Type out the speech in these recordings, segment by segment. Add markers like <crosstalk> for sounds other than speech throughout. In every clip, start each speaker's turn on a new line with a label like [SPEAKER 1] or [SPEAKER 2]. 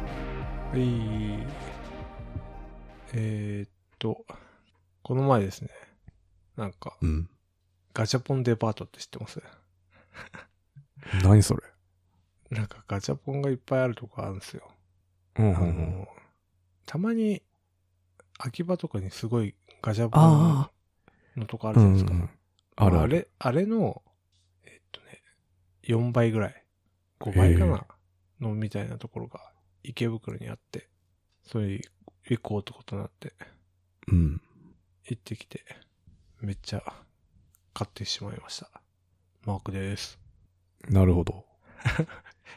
[SPEAKER 1] はい。えー、っと、この前ですね。なんか、
[SPEAKER 2] うん。
[SPEAKER 1] ガチャポンデパートって知ってます
[SPEAKER 2] 何それ。
[SPEAKER 1] なんかガチャポンがいっぱいあるとこあるんですよ。
[SPEAKER 2] うん
[SPEAKER 1] あ
[SPEAKER 2] うんうん。
[SPEAKER 1] の、たまに、秋葉とかにすごいガチャポン
[SPEAKER 2] あ
[SPEAKER 1] のとこあ
[SPEAKER 2] あ。
[SPEAKER 1] る
[SPEAKER 2] う
[SPEAKER 1] じゃないう
[SPEAKER 2] ん
[SPEAKER 1] ですか。
[SPEAKER 2] ん。あるある。
[SPEAKER 1] れ、あれの、えっとね、4倍ぐらい、5倍かな、のみたいなところが池袋にあって、それ行こうってことになって、
[SPEAKER 2] うん。
[SPEAKER 1] 行ってきて、めっちゃ買ってしまいました。マークです。
[SPEAKER 2] なるほど。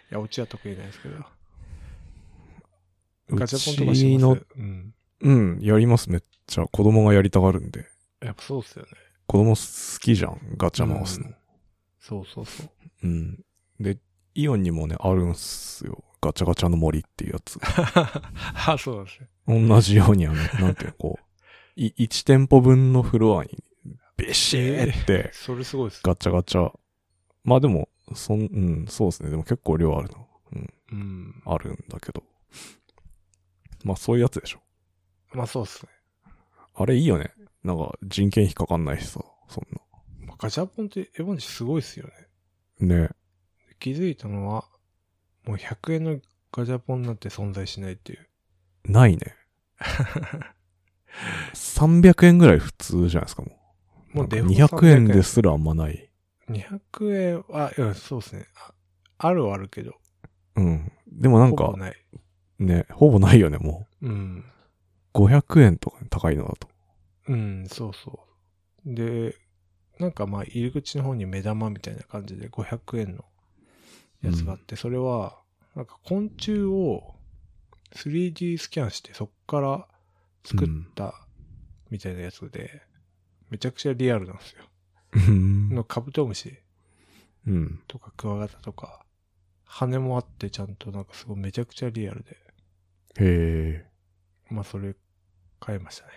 [SPEAKER 1] いや、オチは得意なんですけど。
[SPEAKER 2] う
[SPEAKER 1] ガチャポンとか
[SPEAKER 2] ち
[SPEAKER 1] しま
[SPEAKER 2] の
[SPEAKER 1] す。うん。
[SPEAKER 2] うん、やります、めっちゃ。子供がやりたがるんで。
[SPEAKER 1] やっぱそうっすよね。
[SPEAKER 2] 子供好きじゃん、ガチャ回すの
[SPEAKER 1] うん。そうそうそう。 <laughs>
[SPEAKER 2] うん。で、イオンにもね、あるんすよ。ガチャガチャの森っていうやつ。
[SPEAKER 1] あ、そうなんですね。
[SPEAKER 2] 同じよ
[SPEAKER 1] <laughs>
[SPEAKER 2] うに、あの、なんていうの、こう、い1店舗分のフロアに、ビシーって、
[SPEAKER 1] それすごいっすね。
[SPEAKER 2] ガチャガチャ。まあでも、そん、うん、そうですね。でも結構量あるの。うん。
[SPEAKER 1] うん。
[SPEAKER 2] あるんだけど。まあそういうやつでしょ。
[SPEAKER 1] まあそうっすね。
[SPEAKER 2] あれいいよね。なんか人件費かかんないしさ、そん
[SPEAKER 1] まあガチャポンってエボンジすごいっすよね。
[SPEAKER 2] な。ね
[SPEAKER 1] 気づいたのは、もう100円のガチャポンなんて存在しないっていう。
[SPEAKER 2] ないね。300円ぐらい普通じゃないですか、もう。
[SPEAKER 1] もうデフォ。
[SPEAKER 2] なんか200円ですすらあんまない。
[SPEAKER 1] 200円は、いや、そうですね。ああるはあるけど。
[SPEAKER 2] うん。でもなん
[SPEAKER 1] ほ
[SPEAKER 2] か
[SPEAKER 1] ぼ、ない。
[SPEAKER 2] ね、ほぼないよね、も
[SPEAKER 1] うん。
[SPEAKER 2] う。500円とかね高いのだと。
[SPEAKER 1] うん、そうそう。で、なんかまあ、入り口の方に目玉みたいな感じで500円のやつがあって、それは、なんか昆虫を 3D スキャンして、そっから作ったみたいなやつで、めちゃくちゃリアルなんですよ。
[SPEAKER 2] うん
[SPEAKER 1] の。カブトムシ
[SPEAKER 2] うん。
[SPEAKER 1] とかクワガタとか、羽もあってちゃんとなんかすごいめちゃくちゃリアルで、
[SPEAKER 2] へえ。
[SPEAKER 1] まあそれ買いましたね。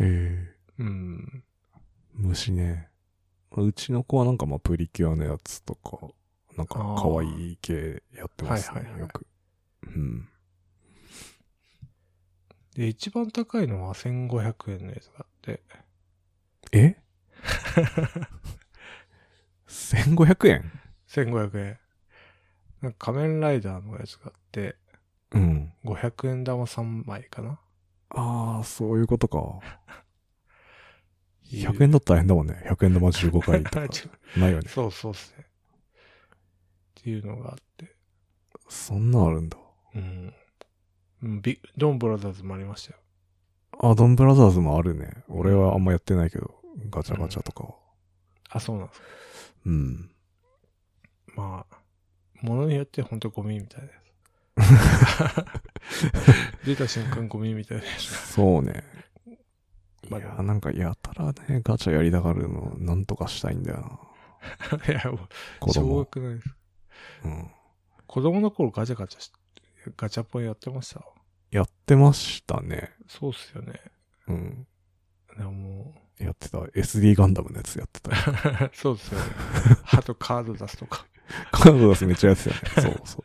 [SPEAKER 2] へえ。
[SPEAKER 1] うん。
[SPEAKER 2] 虫ね。うちの子はなんかまあプリキュアのやつとか、なんか可愛い系やってますね、
[SPEAKER 1] はいはいはい
[SPEAKER 2] よく。うん。
[SPEAKER 1] で、一番高いのは1500円のやつがあって、
[SPEAKER 2] え <laughs> ?1500 円
[SPEAKER 1] 1500円。なんか仮面ライダーのやつがあって、
[SPEAKER 2] うん。
[SPEAKER 1] 500円玉3枚かな。
[SPEAKER 2] ああ、そういうことか。
[SPEAKER 1] いう
[SPEAKER 2] 100円だったら大変だもんね。100円玉15回とか。ないよ
[SPEAKER 1] <laughs>
[SPEAKER 2] ね。
[SPEAKER 1] そうそうっすね。っていうのがあって、
[SPEAKER 2] そんなんあるんだ。
[SPEAKER 1] うん。うんビドンブラザーズもありましたよ。
[SPEAKER 2] あ、ドンブラザーズもあるね。俺はあんまやってないけど、ガチャガチャとかは。
[SPEAKER 1] あ、そうなんですか。
[SPEAKER 2] うん。
[SPEAKER 1] まあ、ものによってほんとゴミみたいなや
[SPEAKER 2] <laughs>
[SPEAKER 1] つ。出た瞬間ゴミみたいなやつ。
[SPEAKER 2] そうね。い
[SPEAKER 1] ま
[SPEAKER 2] や
[SPEAKER 1] あでも
[SPEAKER 2] ー、なんかやたらね、ガチャやりたがるの、なんとかしたいんだよな。
[SPEAKER 1] いや、もう、
[SPEAKER 2] 子
[SPEAKER 1] しょうが
[SPEAKER 2] 供。
[SPEAKER 1] くないです。
[SPEAKER 2] うん。
[SPEAKER 1] 子供の頃ガチャガチャし、ガチャポンやってました
[SPEAKER 2] やってましたね。
[SPEAKER 1] そうっすよね。
[SPEAKER 2] うん。
[SPEAKER 1] でもも
[SPEAKER 2] やってた。SD ガンダムのやつやってた。
[SPEAKER 1] <laughs> う、そうっ
[SPEAKER 2] <laughs>
[SPEAKER 1] すよね。ハとカード出すとか。
[SPEAKER 2] カード出すめっちゃやってたよね。そうそ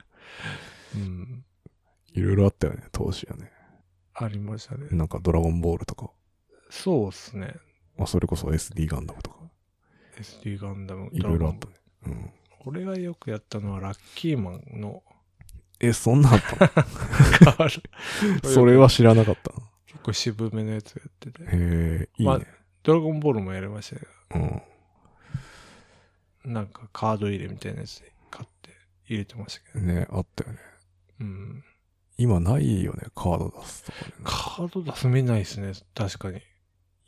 [SPEAKER 2] う。
[SPEAKER 1] うん。
[SPEAKER 2] いろいろあったよね、当時はね。
[SPEAKER 1] ありましたね。
[SPEAKER 2] なんかドラゴンボールとか、
[SPEAKER 1] そうっすね。
[SPEAKER 2] まあ、それこそ SD ガンダムとか、
[SPEAKER 1] SD ガンダム。
[SPEAKER 2] いろいろあっ
[SPEAKER 1] ド
[SPEAKER 2] た
[SPEAKER 1] ラ
[SPEAKER 2] ね。うん。
[SPEAKER 1] ゴン俺がよくやったのはラッキーマンの
[SPEAKER 2] え、そんなん
[SPEAKER 1] <laughs>
[SPEAKER 2] あった
[SPEAKER 1] カード。
[SPEAKER 2] の <laughs> それは知らなかったな。
[SPEAKER 1] 結構渋めのやつやってて。
[SPEAKER 2] へえ、いい
[SPEAKER 1] ま
[SPEAKER 2] ね
[SPEAKER 1] あ。ドラゴンボールもやりましたけど
[SPEAKER 2] うん。
[SPEAKER 1] なんかカード入れみたいなやつで買って入れてましたけど。
[SPEAKER 2] ね、あったよね。
[SPEAKER 1] うん。
[SPEAKER 2] 今ないよね、カード出すとかね。
[SPEAKER 1] カード出す見ないですね。確か
[SPEAKER 2] <laughs>
[SPEAKER 1] に。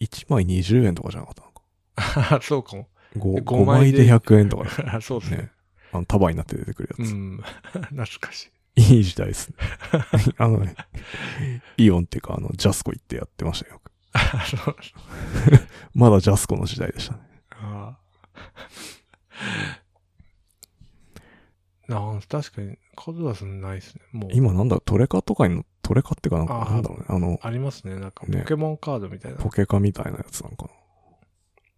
[SPEAKER 2] 1枚20円とかじゃなかったのか。
[SPEAKER 1] あそうかも。
[SPEAKER 2] 5,
[SPEAKER 1] 五枚
[SPEAKER 2] 枚
[SPEAKER 1] で
[SPEAKER 2] で100円とか
[SPEAKER 1] あ <laughs> そうです
[SPEAKER 2] ね。
[SPEAKER 1] ね。
[SPEAKER 2] ねあの、束になって出てくる
[SPEAKER 1] う
[SPEAKER 2] やつ。
[SPEAKER 1] ん。 <laughs> 懐かしい。
[SPEAKER 2] いい時代ですね。 <laughs> あのね、イオンっていうか、あの、ジャスコ行ってやってましたよ。よく
[SPEAKER 1] あそう
[SPEAKER 2] まだジャスコの時代でしたね。
[SPEAKER 1] ああ。なん確かに、カード出すのないですね。もう、
[SPEAKER 2] 今なんだ、トレカとかに、トレカっていうかなん
[SPEAKER 1] あ
[SPEAKER 2] か、
[SPEAKER 1] ー
[SPEAKER 2] なんだろうね。あの、
[SPEAKER 1] ありますね。なんか、ポ
[SPEAKER 2] ね
[SPEAKER 1] ケモンカードみたいな。
[SPEAKER 2] ポケカみたいなやつなんか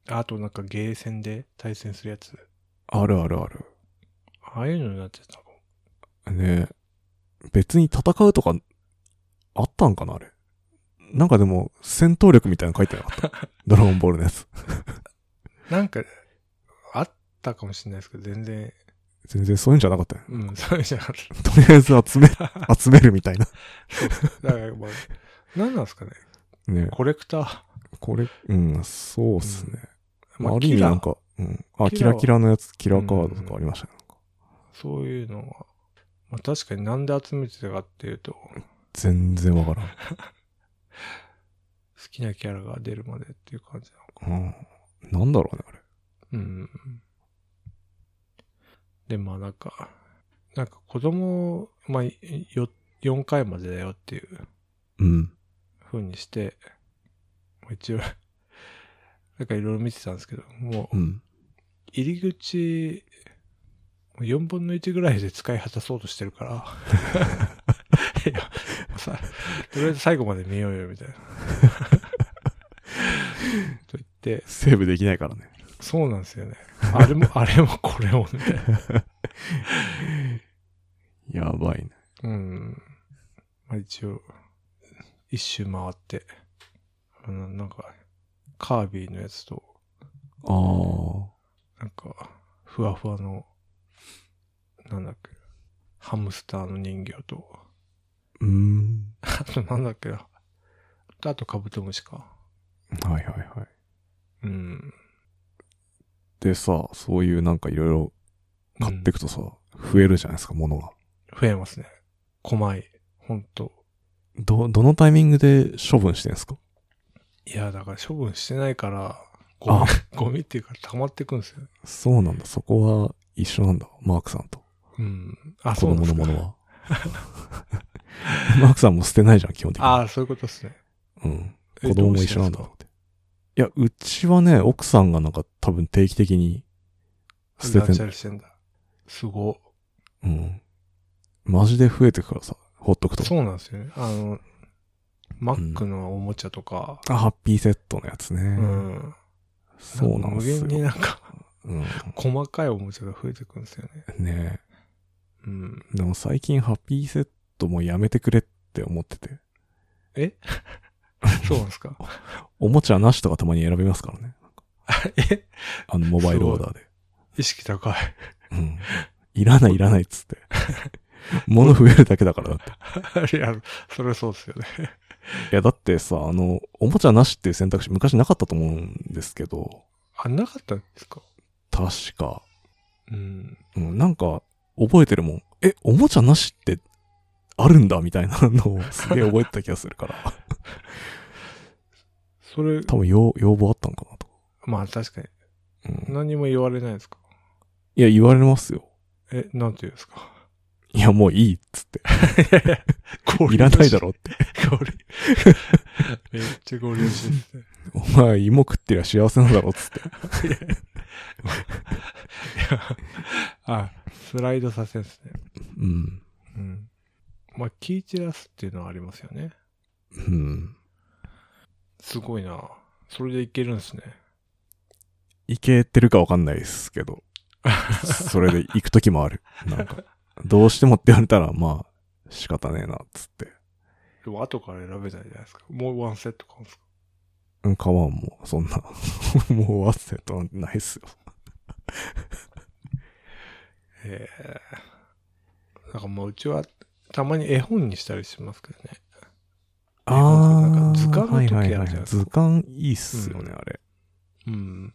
[SPEAKER 1] あと、なんか、ゲーセンで対戦するやつ。
[SPEAKER 2] な。あるあるある。
[SPEAKER 1] あああいうのになってたのかも。
[SPEAKER 2] ね別に戦うとか、あったんかなあれ。なんかでも、戦闘力みたいなの書いてな
[SPEAKER 1] <laughs>
[SPEAKER 2] かった。ドラゴンボールのやつ。
[SPEAKER 1] なんか、あったかもしれないですけど、全然、
[SPEAKER 2] 全然そういうんじゃなかったよ。
[SPEAKER 1] うん、そういうんじゃなかった。
[SPEAKER 2] とりあえず
[SPEAKER 1] <laughs>
[SPEAKER 2] 集め、集めるみたいな。
[SPEAKER 1] だから、まあ、
[SPEAKER 2] <laughs>
[SPEAKER 1] 何なんですかね。
[SPEAKER 2] ね
[SPEAKER 1] コレクター。
[SPEAKER 2] これ、うん、そうっすね。
[SPEAKER 1] ま
[SPEAKER 2] あ、る意味
[SPEAKER 1] キラー
[SPEAKER 2] なんか、うん。あ、
[SPEAKER 1] キ
[SPEAKER 2] キ
[SPEAKER 1] ラー
[SPEAKER 2] ラ
[SPEAKER 1] は
[SPEAKER 2] キラのやつ、キラーカードとかありましたね。
[SPEAKER 1] そういうのは、まあ、確かになんで集めてたかっていうと、好
[SPEAKER 2] 全然わからん。
[SPEAKER 1] きなキャラが出るまでっていう感じなのか。
[SPEAKER 2] うん。なんだろうね、あれ。
[SPEAKER 1] うん。で、まあなんか、なんか子供、まあ、よ4回までだよっていう
[SPEAKER 2] うん。
[SPEAKER 1] 風にして、まあ一応、 <laughs> なんかいろいろ見てたんですけど、もう
[SPEAKER 2] うん。
[SPEAKER 1] 入り口、4分の1ぐらいで使い果たそうとしてるから。 <laughs> いや、もうさ、とりあえず最後まで見ようよ、みたいな。と言って、
[SPEAKER 2] セーブできないからね。
[SPEAKER 1] そうなんですよね。あれも、あれもこれも、みたいな。
[SPEAKER 2] やばいね。
[SPEAKER 1] うん。まあ一応、一周回って、あの、なんか、カービィのやつと、
[SPEAKER 2] ああ。
[SPEAKER 1] なんか、ふわふわの、なんだっけ、ハムスターの人形と、
[SPEAKER 2] うん。
[SPEAKER 1] あとなんだっけな。あとカブトムシか。
[SPEAKER 2] はいはいはい。
[SPEAKER 1] うん。
[SPEAKER 2] でさ、そういうなんかいろいろ買って
[SPEAKER 1] うん
[SPEAKER 2] くとさ、増えるじゃないですか、物が。
[SPEAKER 1] 増えますね。狛江。ほんと。
[SPEAKER 2] ど、どのタイミングで処分してんすか
[SPEAKER 1] いや、だから処分してないから、ゴミ
[SPEAKER 2] あ、
[SPEAKER 1] <laughs> ゴミっていうか溜まってくんですよね。
[SPEAKER 2] そうなんだ、そこは一緒なんだ、マークさんと。
[SPEAKER 1] うん。あ、
[SPEAKER 2] 子
[SPEAKER 1] そうなん
[SPEAKER 2] 供
[SPEAKER 1] です
[SPEAKER 2] のも
[SPEAKER 1] か。
[SPEAKER 2] のは。 <laughs> マークさんも捨てないじゃん、基本的に。
[SPEAKER 1] ああ、そういうことですね。
[SPEAKER 2] うん。
[SPEAKER 1] え
[SPEAKER 2] 子供も一緒なんだと思って。いや、うちはね、奥さんがなんか多分定期的に捨
[SPEAKER 1] 捨
[SPEAKER 2] て
[SPEAKER 1] て
[SPEAKER 2] て
[SPEAKER 1] て、してんだ。すご。
[SPEAKER 2] うん。マジで増えてくからさ、ほっとくと。
[SPEAKER 1] そうなんですよね。あの、マックのおもちゃとか、
[SPEAKER 2] あ、ハッピーセットのやつね。
[SPEAKER 1] うん。
[SPEAKER 2] そうなんです
[SPEAKER 1] 無限に
[SPEAKER 2] よ。
[SPEAKER 1] なんか、 <laughs>
[SPEAKER 2] うん。
[SPEAKER 1] 細かいおもちゃが増えてくんですよね。
[SPEAKER 2] ね <laughs>
[SPEAKER 1] うん。
[SPEAKER 2] えでも最近ハッピーセットもやめてくれって思ってて。
[SPEAKER 1] そうなんです
[SPEAKER 2] <laughs>
[SPEAKER 1] か
[SPEAKER 2] おもちゃなしとかたまに選べますからね。
[SPEAKER 1] え
[SPEAKER 2] あの、モバイルオーダーで。
[SPEAKER 1] 意識高い。 <laughs>
[SPEAKER 2] うん。いらないいらないっつって。物増えるだけだからだって。
[SPEAKER 1] いや、それはそうですよね。
[SPEAKER 2] いや、だってさ、あの、おもちゃなしっていう選択肢昔なかったと思うんですけど、
[SPEAKER 1] あ、なかったんですか
[SPEAKER 2] 確か。
[SPEAKER 1] うん。
[SPEAKER 2] うん、なんか、覚えてるもん。え、おもちゃなしって、あるんだみたいなのを <laughs> すげえ覚えてた気がするから。
[SPEAKER 1] それ、
[SPEAKER 2] 多分要、要望あったんかなと。
[SPEAKER 1] まあ確かに。
[SPEAKER 2] うん。
[SPEAKER 1] 何も言われないですか
[SPEAKER 2] いや、言われますよ。
[SPEAKER 1] え、なんて言うんですか
[SPEAKER 2] いや、もういいっつって。
[SPEAKER 1] 氷
[SPEAKER 2] <laughs> いらないだろって。
[SPEAKER 1] ろ。氷。 <laughs> めっちゃ氷美味しいです
[SPEAKER 2] <laughs>
[SPEAKER 1] ね。
[SPEAKER 2] お前、芋食ってりゃ幸せなんだろっつって。
[SPEAKER 1] いやあ、スライドさせんですね。
[SPEAKER 2] うん。
[SPEAKER 1] うん。まあ、気散らすっていうのはありますよね。
[SPEAKER 2] うん。
[SPEAKER 1] すごいな。それでいけるんですね。
[SPEAKER 2] いけてるかわかんないですけど。それで行くときもある。なん <laughs> か、どうしてもって言われたら、まあ、仕方ねえな、っつって。
[SPEAKER 1] でも後から選べないじゃないですか。もうワンセット買うんですか
[SPEAKER 2] うん、買わんもう、そんな。 <laughs> もう、忘れたないっすよ。
[SPEAKER 1] へえ。なんかもううちはたまに絵本にしたりしますけどね。なんか図鑑の時あるじゃないですか
[SPEAKER 2] 図鑑いいっすよね、あれ。
[SPEAKER 1] うん。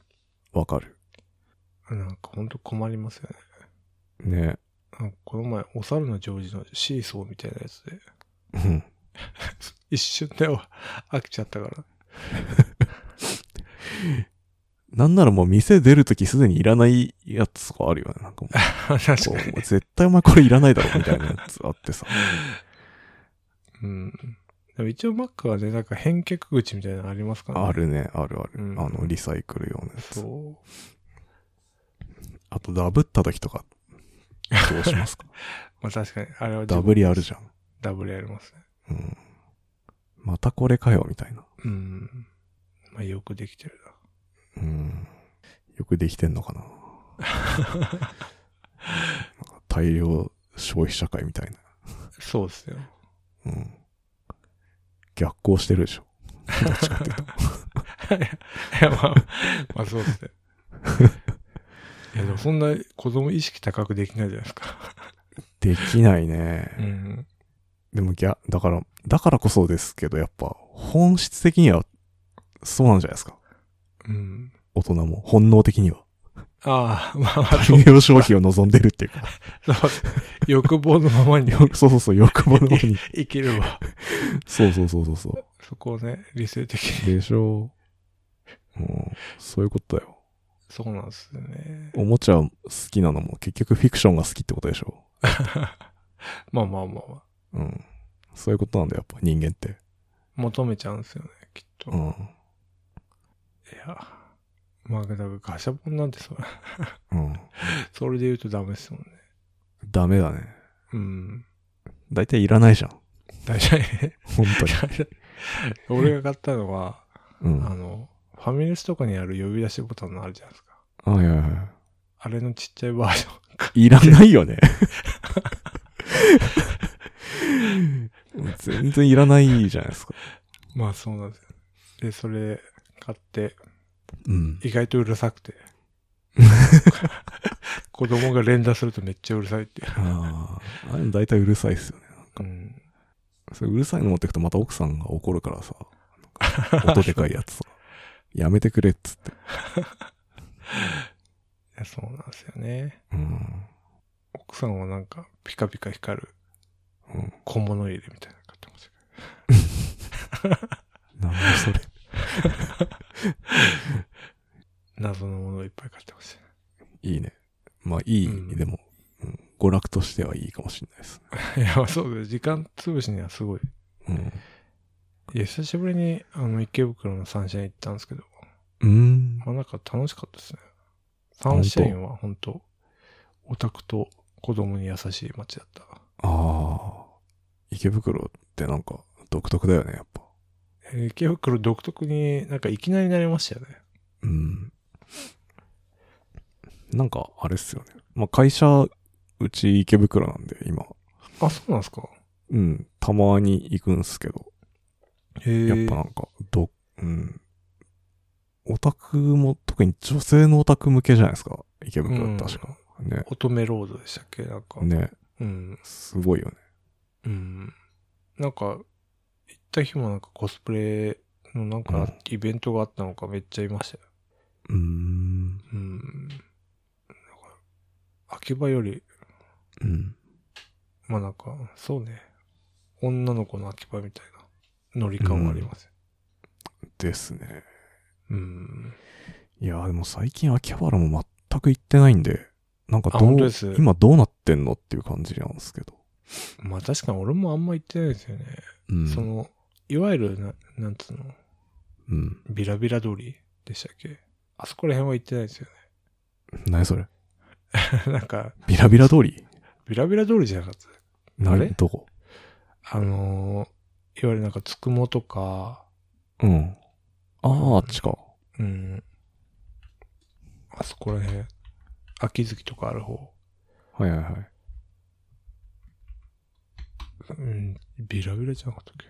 [SPEAKER 2] わかる。
[SPEAKER 1] なんかほんと困りますよね。
[SPEAKER 2] ね。 <laughs>
[SPEAKER 1] なんかこの前、お猿のジョージのシーソーみたいなやつで、 <laughs>
[SPEAKER 2] うん。
[SPEAKER 1] 一瞬でお飽きちゃったから。
[SPEAKER 2] なんならもう店出るときすでにいらないやつとかあるよね。なんかもう、
[SPEAKER 1] <laughs> 確
[SPEAKER 2] こ
[SPEAKER 1] かに。
[SPEAKER 2] う絶対お前これいらないだろみたいなやつ
[SPEAKER 1] <laughs>
[SPEAKER 2] あってさ。
[SPEAKER 1] うん。でも一応 Mac はね、なんか返却口みたいなのありますからね。
[SPEAKER 2] あ。るね、あるある。
[SPEAKER 1] うん
[SPEAKER 2] あの、リサイクル用のやつ。
[SPEAKER 1] そう。
[SPEAKER 2] あと、ダブった時とか、どうし
[SPEAKER 1] <laughs>
[SPEAKER 2] ますか
[SPEAKER 1] まあ確かに、あれは
[SPEAKER 2] ダブりある
[SPEAKER 1] ゃん。
[SPEAKER 2] じゃん。
[SPEAKER 1] ダブりありますね。
[SPEAKER 2] うん。またこれかよ、みたいな。
[SPEAKER 1] うん。まあよくできてるな。 <laughs>
[SPEAKER 2] うん。よくできてんのかな。なんか大量消費社会みたいな。
[SPEAKER 1] そうですよ。
[SPEAKER 2] うん。逆行してるでしょ。どっちかっていうと。
[SPEAKER 1] いや、まあ、まあそうです <laughs> ね。いや、でもそんな子供意識高くできないじゃないですか。
[SPEAKER 2] で <laughs> きないね。
[SPEAKER 1] うん。
[SPEAKER 2] でもギャ、だから、だからこそですけど、やっぱ、本質的には、そうなんじゃないですか。
[SPEAKER 1] うん。
[SPEAKER 2] 大人も、本能的には。
[SPEAKER 1] ああ、まあまあ、そ
[SPEAKER 2] 大量消費を望んでるっていうか、 <laughs>
[SPEAKER 1] うそう。欲望のままに
[SPEAKER 2] よそうそうそう、欲望の方に。
[SPEAKER 1] 生き <laughs> れば、
[SPEAKER 2] <laughs> そうそうそうそうそ
[SPEAKER 1] そこをね、理性的
[SPEAKER 2] う。
[SPEAKER 1] に。
[SPEAKER 2] でしょう。うん、そういうことだよ。
[SPEAKER 1] そうなんですよね。
[SPEAKER 2] おもちゃ好きなのも結局フィクションが好きってことでしょ
[SPEAKER 1] まあまあまあまあ。
[SPEAKER 2] う。うん。そういうことなんだよ、やっぱ人間って。
[SPEAKER 1] 求めちゃうんですよね、きっと。
[SPEAKER 2] う
[SPEAKER 1] い
[SPEAKER 2] ん。
[SPEAKER 1] や、まあ、だからガシャポンなんてそれ、
[SPEAKER 2] うん。
[SPEAKER 1] それで言うとダメですもんね。
[SPEAKER 2] ダメだね。
[SPEAKER 1] うん。
[SPEAKER 2] 大体いらないじゃん。
[SPEAKER 1] 大体ね、
[SPEAKER 2] 本当に。
[SPEAKER 1] <laughs> 俺が買ったのは、
[SPEAKER 2] う
[SPEAKER 1] あ
[SPEAKER 2] ん。
[SPEAKER 1] の、ファミレスとかにある呼び出しボタンのあるじゃないですか。
[SPEAKER 2] はいはいは
[SPEAKER 1] あれのちっちゃいバージョン。 <laughs>
[SPEAKER 2] い。いらないよね。 <laughs> 全然いらないじゃないですか。
[SPEAKER 1] まあそうなんですよ。で、それ買って、
[SPEAKER 2] うん。
[SPEAKER 1] 意外とうるさくて。 <laughs> 子供が連打するとめっちゃうるさいっていう。
[SPEAKER 2] ああ。あれも大体うるさいっすよね。
[SPEAKER 1] うん。
[SPEAKER 2] それうるさいの持ってくとまた奥さんが怒るからさ。なんか音でかいやつさ。 <laughs> やめてくれっつって。
[SPEAKER 1] いやそうなんですよね。
[SPEAKER 2] うん。
[SPEAKER 1] 奥さんはなんか、ピカピカ光る
[SPEAKER 2] うん。
[SPEAKER 1] 小物入れみたいなの買ってましたけ
[SPEAKER 2] なんだそれ。
[SPEAKER 1] ど。謎のものをいっぱい買ってましたね。
[SPEAKER 2] いいね。まあいい、
[SPEAKER 1] うん
[SPEAKER 2] でも、うん娯楽としてはいいかもしれないです
[SPEAKER 1] <laughs> いや、そうです。時間潰しにはすごい。
[SPEAKER 2] ね。
[SPEAKER 1] いや、久しぶりに、あの、池袋のサンシャイン行ったんですけど、
[SPEAKER 2] うん。うん。
[SPEAKER 1] まあなんか楽しかったですね。サンシャインは本当オタクと子供に優しい街だった。
[SPEAKER 2] ああ。池袋ってなんか独特だよね、やっぱ。
[SPEAKER 1] えー池袋独特になんかいきなりなりましたよね。
[SPEAKER 2] うん。なんか、あれっすよね。まあ会社、うち池袋なんで、今。
[SPEAKER 1] あ、そうなんですか
[SPEAKER 2] うん。たまに行くんすけど。
[SPEAKER 1] へえ
[SPEAKER 2] やっぱなんか、ど、うん。オタクも、特に女性のオタク向けじゃないですか。池袋って確か。ね。
[SPEAKER 1] 乙女ロードでしたっけなんか。
[SPEAKER 2] ね。
[SPEAKER 1] うん。
[SPEAKER 2] すごいよね。
[SPEAKER 1] うん。なんか、行った日もなんかコスプレのなん
[SPEAKER 2] う
[SPEAKER 1] か
[SPEAKER 2] ん
[SPEAKER 1] イベントがあったのかめっちゃいましたよ。
[SPEAKER 2] うー
[SPEAKER 1] う
[SPEAKER 2] ん。
[SPEAKER 1] ん。なんか秋葉より、
[SPEAKER 2] うん。
[SPEAKER 1] まあなんか、そうね。女の子の秋葉みたいな乗り感はありますよ。
[SPEAKER 2] ですね。
[SPEAKER 1] うん。
[SPEAKER 2] いや、でも最近秋葉原も全く行ってないんで、なんか
[SPEAKER 1] あ、
[SPEAKER 2] ど
[SPEAKER 1] 本当
[SPEAKER 2] う
[SPEAKER 1] で、す。
[SPEAKER 2] 今どうなってんのっていう感じなんですけど。
[SPEAKER 1] まあ確かに俺もあんま行ってないですよね。
[SPEAKER 2] うん。
[SPEAKER 1] その、いわゆるな、なんつうの、
[SPEAKER 2] うん。
[SPEAKER 1] ビラビラ通りでしたっけあそこら辺は行ってないですよ
[SPEAKER 2] 何それ
[SPEAKER 1] ね。 <laughs> なんか、
[SPEAKER 2] ビラビラ通り
[SPEAKER 1] ビラビラ通りじゃなかった。
[SPEAKER 2] な
[SPEAKER 1] あれ
[SPEAKER 2] どこ
[SPEAKER 1] あのーいわゆるなんかつくもとか、
[SPEAKER 2] うん。ああ、あっちか。
[SPEAKER 1] うん。あそこら辺、秋月とかある方。
[SPEAKER 2] はいはいはい。
[SPEAKER 1] うん、ビラビラじゃなかったっけ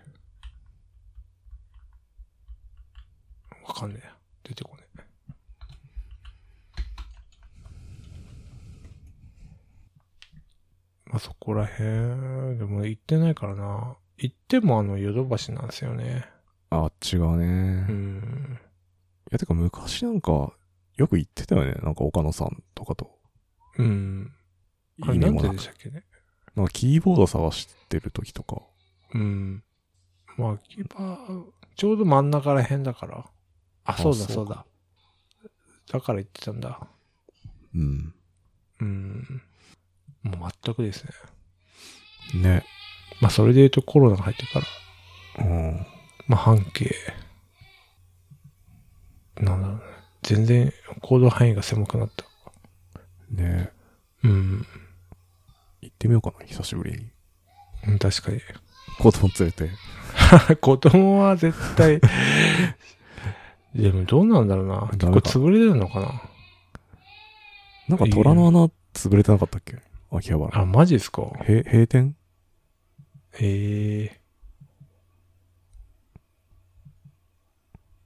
[SPEAKER 1] わかんねえや。出てこねえ。まあそこら辺、でも行ってないからな。行ってもあのヨドバシなんですよね。
[SPEAKER 2] あっちがね。
[SPEAKER 1] う
[SPEAKER 2] い
[SPEAKER 1] ん。
[SPEAKER 2] や、てか昔なんか、よく行ってたよね。なんか岡野さんとかと。
[SPEAKER 1] うん。あ
[SPEAKER 2] い
[SPEAKER 1] れ
[SPEAKER 2] いね
[SPEAKER 1] なん
[SPEAKER 2] も
[SPEAKER 1] で
[SPEAKER 2] なく
[SPEAKER 1] でしたっけね。
[SPEAKER 2] なんかキーボード探してる時とか。
[SPEAKER 1] うん。まあ、キーパー、ちょうど真ん中ら辺だから。あ、そうだ
[SPEAKER 2] そうか
[SPEAKER 1] そうだ。だから言ってたんだ。
[SPEAKER 2] うん。
[SPEAKER 1] うん。もう全くですね。
[SPEAKER 2] ね。
[SPEAKER 1] まあ、それで言うとコロナが入ってから、
[SPEAKER 2] うん。
[SPEAKER 1] まあ、半径。なんだろうね。全然行動範囲が狭くなった。
[SPEAKER 2] ね
[SPEAKER 1] うん。
[SPEAKER 2] 行ってみようかな、久しぶりに。
[SPEAKER 1] うん確かに。 <laughs>
[SPEAKER 2] 子供連れて。
[SPEAKER 1] 子供は絶対。 <laughs> でもどうなんだろうな。結
[SPEAKER 2] ダ
[SPEAKER 1] 構
[SPEAKER 2] メか
[SPEAKER 1] 潰れてるのかな。
[SPEAKER 2] なんか虎の穴潰れてなかったっけ秋葉原。
[SPEAKER 1] あ、マジですか
[SPEAKER 2] へ閉店
[SPEAKER 1] へえ。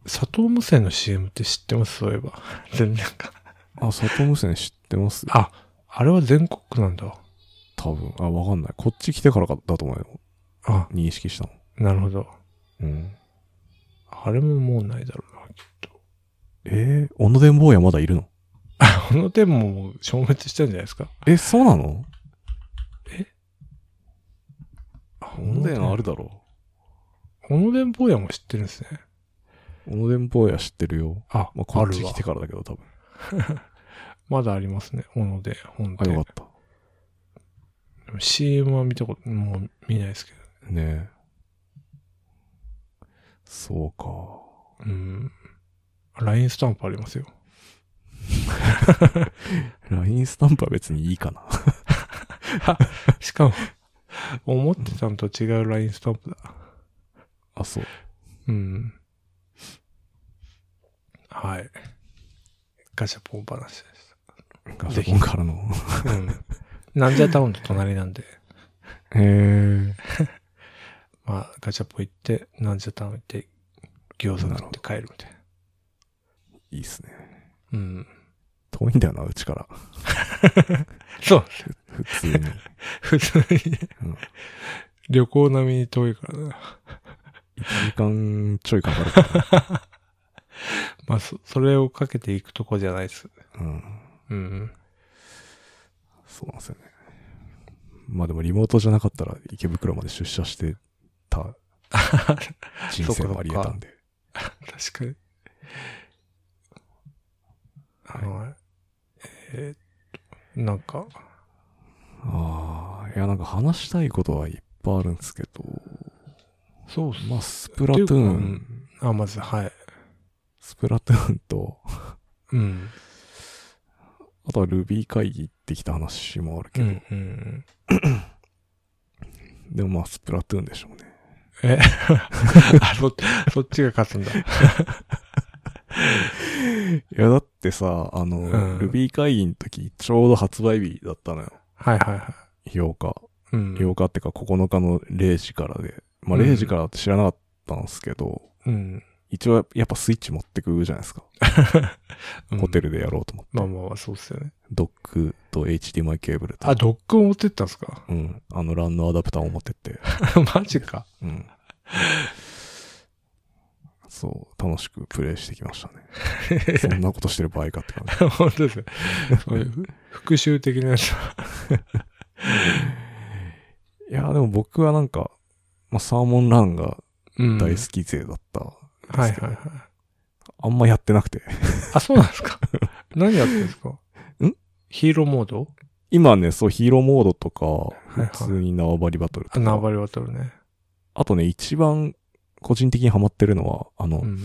[SPEAKER 1] 佐藤無線の CM って知ってますそういえば。 <laughs> 全然か。
[SPEAKER 2] あ、里無線知ってます
[SPEAKER 1] あ、あれは全国区なんだ。
[SPEAKER 2] 多分。あ、わかんない。こっち来てからかだと思うよ。
[SPEAKER 1] あ、
[SPEAKER 2] 認識したの。
[SPEAKER 1] なるほど。
[SPEAKER 2] うん。
[SPEAKER 1] あれももうないだろうな、きっと。
[SPEAKER 2] えー、小野伝坊やまだいるの
[SPEAKER 1] あ、この点ももう消滅したんじゃないですか。
[SPEAKER 2] え、そうなの
[SPEAKER 1] あ、
[SPEAKER 2] 小野伝あるだろ
[SPEAKER 1] 小野伝坊やも知ってるんですね。
[SPEAKER 2] う。小野伝坊や知ってるよ。
[SPEAKER 1] あ、
[SPEAKER 2] まあ、こ
[SPEAKER 1] あ
[SPEAKER 2] っ
[SPEAKER 1] る
[SPEAKER 2] ち
[SPEAKER 1] わ
[SPEAKER 2] 来。てからだけど多分。
[SPEAKER 1] まだありますね。小野伝、本
[SPEAKER 2] あ、
[SPEAKER 1] 店。
[SPEAKER 2] よかった。
[SPEAKER 1] でも CM は見たこと、もう見ないですけど。
[SPEAKER 2] ねえ。そうか。 <laughs>
[SPEAKER 1] うん。LINE スタンプありますよ。
[SPEAKER 2] LINE スタンプは別にいいかな。
[SPEAKER 1] しかも、思ってたのと違う LINE スタンプだ。
[SPEAKER 2] あ、そう。
[SPEAKER 1] うん。はい。ガシャポン話でし
[SPEAKER 2] ガシャポンからの。
[SPEAKER 1] た。うん。なんじゃタウンと隣なんで、
[SPEAKER 2] へえ。
[SPEAKER 1] まあ、ガシャポン行って、なんじゃタウン行って、餃子食って帰るみたいな。
[SPEAKER 2] いいっすね。
[SPEAKER 1] うん。
[SPEAKER 2] 遠いんだよな、うちから。
[SPEAKER 1] そう。
[SPEAKER 2] 普通 <laughs> に。
[SPEAKER 1] 普通にね、
[SPEAKER 2] うん
[SPEAKER 1] 旅行並みに遠いからな。
[SPEAKER 2] 1時間ちょいかかるから。
[SPEAKER 1] まあ、そ、それをかけて行くとこじゃないです。
[SPEAKER 2] <laughs> うん。
[SPEAKER 1] うん。
[SPEAKER 2] そうなんですよね。まあでもリモートじゃなかったら池袋まで出社してた人生もあり得たんで。
[SPEAKER 1] 確かに。あの、えーっと、なんか、
[SPEAKER 2] ああ、いやなんか話したいことはいっぱいあるんですけど、
[SPEAKER 1] そうっす
[SPEAKER 2] まあスプラトゥー
[SPEAKER 1] っていう
[SPEAKER 2] ン、
[SPEAKER 1] あ、まず、はい。
[SPEAKER 2] スプラトゥーンと、
[SPEAKER 1] うん。
[SPEAKER 2] あとは Ruby 会議行ってきた話もあるけ
[SPEAKER 1] う
[SPEAKER 2] ど、
[SPEAKER 1] ん、うん。
[SPEAKER 2] でもまあスプラトゥーンでしょうね。
[SPEAKER 1] えあ、そ、そっちが勝つんだ。
[SPEAKER 2] いやだってさ、あの、
[SPEAKER 1] ん
[SPEAKER 2] Ruby 会議の時ちょうど発売日だったのよ。
[SPEAKER 1] はいはいはい。
[SPEAKER 2] 8日。
[SPEAKER 1] うん。
[SPEAKER 2] 8日ってか9日の0時からで。まあ
[SPEAKER 1] うん
[SPEAKER 2] 0時からって知らなかったんですけど、
[SPEAKER 1] うん。
[SPEAKER 2] 一応やっぱスイッチ持ってくじゃないですか。
[SPEAKER 1] うん
[SPEAKER 2] ホテルでやろうと思って。
[SPEAKER 1] まあまあまあ、そうっすよね。
[SPEAKER 2] ドックと HDMI ケーブルと。
[SPEAKER 1] あ、ドックを持ってったんすか
[SPEAKER 2] うん。あの LAN のアダプターを持ってって。
[SPEAKER 1] <laughs> マジか。
[SPEAKER 2] うん。そう、楽しくプレイしてきました
[SPEAKER 1] <laughs>
[SPEAKER 2] ね。そんなことしてる場合かって感じ。
[SPEAKER 1] 本当ですね。そういうふ復讐的なやつ。
[SPEAKER 2] いや、でも僕はなんか、まあ、サーモンランが
[SPEAKER 1] うん
[SPEAKER 2] 大好き勢だったん
[SPEAKER 1] は
[SPEAKER 2] で
[SPEAKER 1] い
[SPEAKER 2] すけど、
[SPEAKER 1] はいはい。
[SPEAKER 2] あんまやってなくて。
[SPEAKER 1] あ、そうなんです <laughs> か何やってんですか
[SPEAKER 2] ん
[SPEAKER 1] ヒーローモード
[SPEAKER 2] 今ね、そう、ヒーローモードとか、
[SPEAKER 1] いはい
[SPEAKER 2] 普通に縄張りバトルと
[SPEAKER 1] あ、
[SPEAKER 2] か、
[SPEAKER 1] 縄張りバトルね。
[SPEAKER 2] あとね、一番個人的にハマってるのは、あの、
[SPEAKER 1] うん。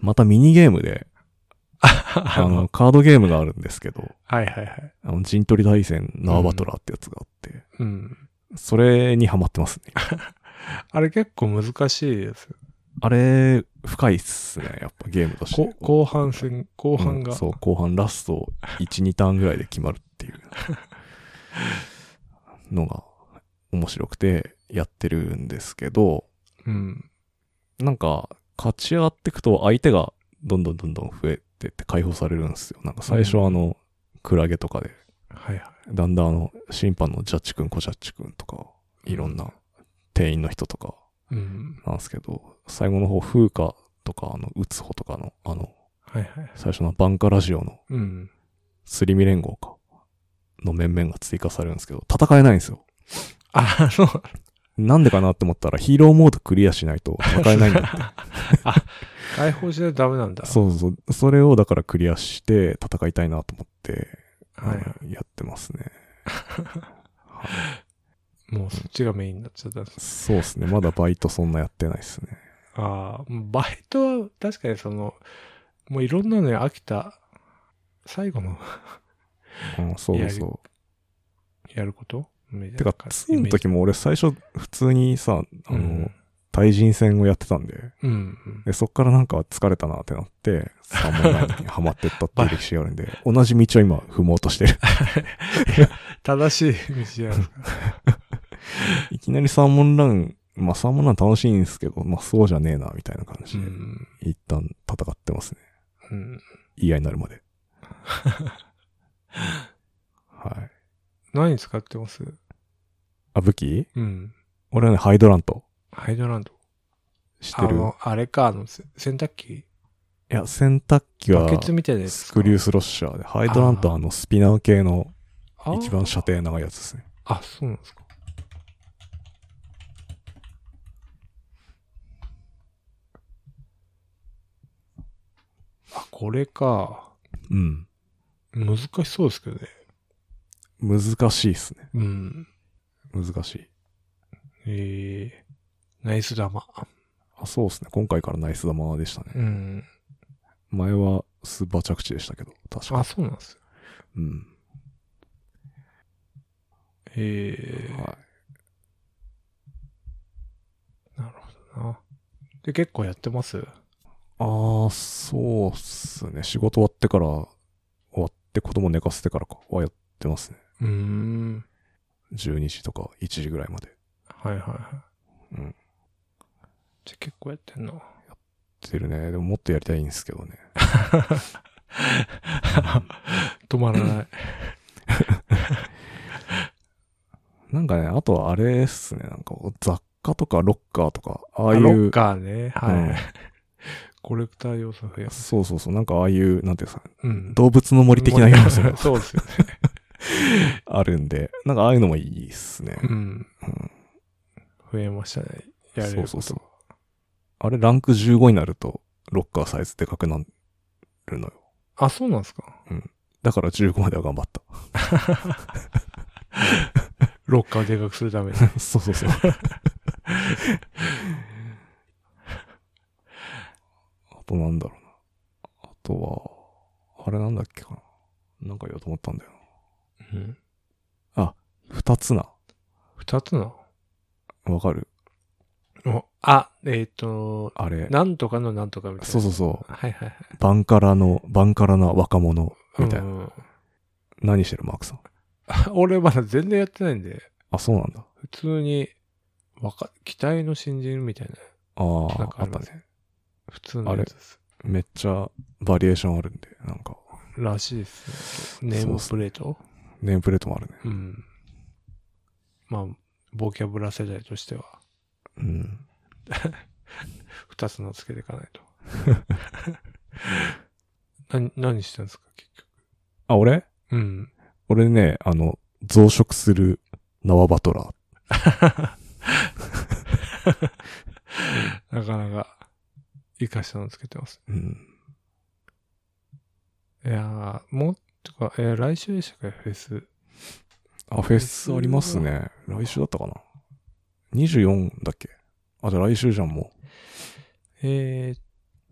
[SPEAKER 2] またミニゲームで、
[SPEAKER 1] <laughs> あ
[SPEAKER 2] あの、、カードゲームがあるんですけど、
[SPEAKER 1] はいはいはい。
[SPEAKER 2] あの、陣取り大戦縄バトラーってやつがあって、
[SPEAKER 1] うん。
[SPEAKER 2] それにハマってますね。
[SPEAKER 1] あれ結構難しいですよ。
[SPEAKER 2] あれ、深いっすね、やっぱゲームとして。
[SPEAKER 1] こ後半戦、後
[SPEAKER 2] 後
[SPEAKER 1] 半が。
[SPEAKER 2] そう、後半ラスト1、2ターンぐらいで決まるっていうのが面白くてやってるんですけど、
[SPEAKER 1] うん。
[SPEAKER 2] なんか、勝ち上がっていくと相手がどんどんどんどん増えてって解放されるんですよ。なんか最初はあの、クラゲとかで、
[SPEAKER 1] はいはい。
[SPEAKER 2] だんだんあの、審判のジャッジ君、コジャッジ君とか、いろんな店員の人とか
[SPEAKER 1] うん。
[SPEAKER 2] なんですけど、最後の方、風花とか、あの、うつほとかの、あの、
[SPEAKER 1] はいはい。
[SPEAKER 2] 最初のバンカラジオの
[SPEAKER 1] うん。
[SPEAKER 2] すり身連合か、の面々が追加されるんですけど、戦えないんですよ。
[SPEAKER 1] あ、そう。
[SPEAKER 2] なんでかなって思ったら、ヒーローモードクリアしないと戦えないんだって。
[SPEAKER 1] 解放しないとダメなんだ。
[SPEAKER 2] <laughs> そうそうそう。それをだからクリアして戦いたいなと思って、
[SPEAKER 1] はいは
[SPEAKER 2] やってますね。
[SPEAKER 1] い。もうそっちがメインになっちゃったんです。
[SPEAKER 2] そうですね。まだバイトそんなやってないですね。
[SPEAKER 1] ああ、バイトは確かにその、もういろんなのに飽きた、最後の
[SPEAKER 2] うん、そうそ
[SPEAKER 1] やることみ
[SPEAKER 2] う。
[SPEAKER 1] た
[SPEAKER 2] て
[SPEAKER 1] いな
[SPEAKER 2] か、
[SPEAKER 1] 感じ
[SPEAKER 2] 2の時も俺最初普通にさ、あ
[SPEAKER 1] う
[SPEAKER 2] の、
[SPEAKER 1] ん
[SPEAKER 2] 対人戦をやってたんで、
[SPEAKER 1] うんうん。
[SPEAKER 2] で、そっからなんか疲れたなってなって、サ <laughs> ーモンラインにハマってったっていう歴史があるんで、同じ道を今踏もうとしてる。
[SPEAKER 1] 正しい道じゃ
[SPEAKER 2] <laughs>
[SPEAKER 1] ないですか。
[SPEAKER 2] いきなりサーモンラン、まあサーモンラン楽しいんですけど、まあそうじゃねえな、みたいな感
[SPEAKER 1] う
[SPEAKER 2] じで、
[SPEAKER 1] ん。
[SPEAKER 2] 一旦戦ってますね。
[SPEAKER 1] うん。
[SPEAKER 2] 嫌にな
[SPEAKER 1] <laughs>
[SPEAKER 2] るまで。はい。
[SPEAKER 1] 何使ってます
[SPEAKER 2] あ、武器
[SPEAKER 1] うん。
[SPEAKER 2] 俺はね、ハイドラント。
[SPEAKER 1] ハイドランド。
[SPEAKER 2] 知って
[SPEAKER 1] あ
[SPEAKER 2] る
[SPEAKER 1] の、あれか、あの、せ洗濯機
[SPEAKER 2] いや、洗濯機
[SPEAKER 1] バ
[SPEAKER 2] は
[SPEAKER 1] ケツみたいなやつ。
[SPEAKER 2] スクリュースロッシャーで、ハイドラントはあのスピナー系の
[SPEAKER 1] あー
[SPEAKER 2] 一番射程長いやつですね。
[SPEAKER 1] あ、そうなんですか。あ、これか。
[SPEAKER 2] うん。
[SPEAKER 1] 難しそうですけどね。
[SPEAKER 2] 難しいっすね。
[SPEAKER 1] うん。
[SPEAKER 2] 難しい。
[SPEAKER 1] ええナイス玉。
[SPEAKER 2] あ、そうっすね。今回からナイス玉でしたね。
[SPEAKER 1] うん。
[SPEAKER 2] 前はスーパー着地でしたけど、確か
[SPEAKER 1] あ、そうなんですよ。
[SPEAKER 2] うん。
[SPEAKER 1] ええ
[SPEAKER 2] は
[SPEAKER 1] なるほどな。で、結構やってます
[SPEAKER 2] い。ああ、そうっすね。仕事終わってから、終わって子供寝かせてからかはやってますね。
[SPEAKER 1] うーん。
[SPEAKER 2] 12時とか1時ぐらいまで。
[SPEAKER 1] はいはいはい。
[SPEAKER 2] うん。
[SPEAKER 1] じゃ、結構やってんな。
[SPEAKER 2] してるね。でももっとやりたいんですけどね。
[SPEAKER 1] 止まらない。
[SPEAKER 2] なんかね、あとはあれっすね。なんか雑貨とかロッカーとか、 <laughs> ああ
[SPEAKER 1] あ
[SPEAKER 2] い
[SPEAKER 1] ロッ
[SPEAKER 2] う、
[SPEAKER 1] カーね。はい。
[SPEAKER 2] うん
[SPEAKER 1] コレクター要素増やす。
[SPEAKER 2] そうそうそう、なんかああいう、なんていうんですかね、
[SPEAKER 1] うん。
[SPEAKER 2] 動物の森的な要素
[SPEAKER 1] <laughs>
[SPEAKER 2] が
[SPEAKER 1] そうですよね。
[SPEAKER 2] <laughs> あるんで、なんかああいうのもいいっすね。
[SPEAKER 1] うん。
[SPEAKER 2] うん
[SPEAKER 1] 増えましたね。やれること。
[SPEAKER 2] そうそうそうあれ、ランク15になると、ロッカーサイズでかくなるのよ。
[SPEAKER 1] あ、そうなんですか
[SPEAKER 2] だから15までは頑張った。
[SPEAKER 1] ロッカーをでかくするために。
[SPEAKER 2] そうそうそう。 <laughs> あとなんだろうな。あとは、あれなんだっけかな。なんか言おうと思ったんだよ
[SPEAKER 1] うん。
[SPEAKER 2] な。二つな。
[SPEAKER 1] 二つな
[SPEAKER 2] わかる
[SPEAKER 1] のあ、えっ、と、
[SPEAKER 2] あれ。
[SPEAKER 1] なんとかのなんとかみたいな。
[SPEAKER 2] そうそうそう。
[SPEAKER 1] はいはいはい。
[SPEAKER 2] バンカラの、バンカラな若者みたいな。
[SPEAKER 1] うん <laughs>
[SPEAKER 2] 何してるマークさん。
[SPEAKER 1] 俺まだ全然やってないんで、
[SPEAKER 2] あ、そうなんだ。
[SPEAKER 1] 普通に、わか、期待の新人みたいな。
[SPEAKER 2] あ
[SPEAKER 1] なん
[SPEAKER 2] あ、
[SPEAKER 1] か
[SPEAKER 2] あ
[SPEAKER 1] あ
[SPEAKER 2] っ
[SPEAKER 1] り
[SPEAKER 2] た
[SPEAKER 1] ま
[SPEAKER 2] ね
[SPEAKER 1] す。普通のやつです。
[SPEAKER 2] めっちゃバリエーションあるんで、なんから
[SPEAKER 1] しいですね。ネームプレート
[SPEAKER 2] ネームプレートもあるね。
[SPEAKER 1] うん。まあ、ボキャブラ世代としては、
[SPEAKER 2] うん。
[SPEAKER 1] 二つのつけていかない
[SPEAKER 2] <laughs>
[SPEAKER 1] と。何、何してんですか、結局。
[SPEAKER 2] あ、俺
[SPEAKER 1] うん。
[SPEAKER 2] 俺ね、あの、増殖する縄バトラー。
[SPEAKER 1] なかなか、生かしたのつけてます。
[SPEAKER 2] うん。
[SPEAKER 1] いやー、もっとか、えー来週でしたか、フェス。
[SPEAKER 2] あ、フェスありますね。来週だったかな。24だっけあ、じゃあ来週じゃん、も
[SPEAKER 1] えー、っ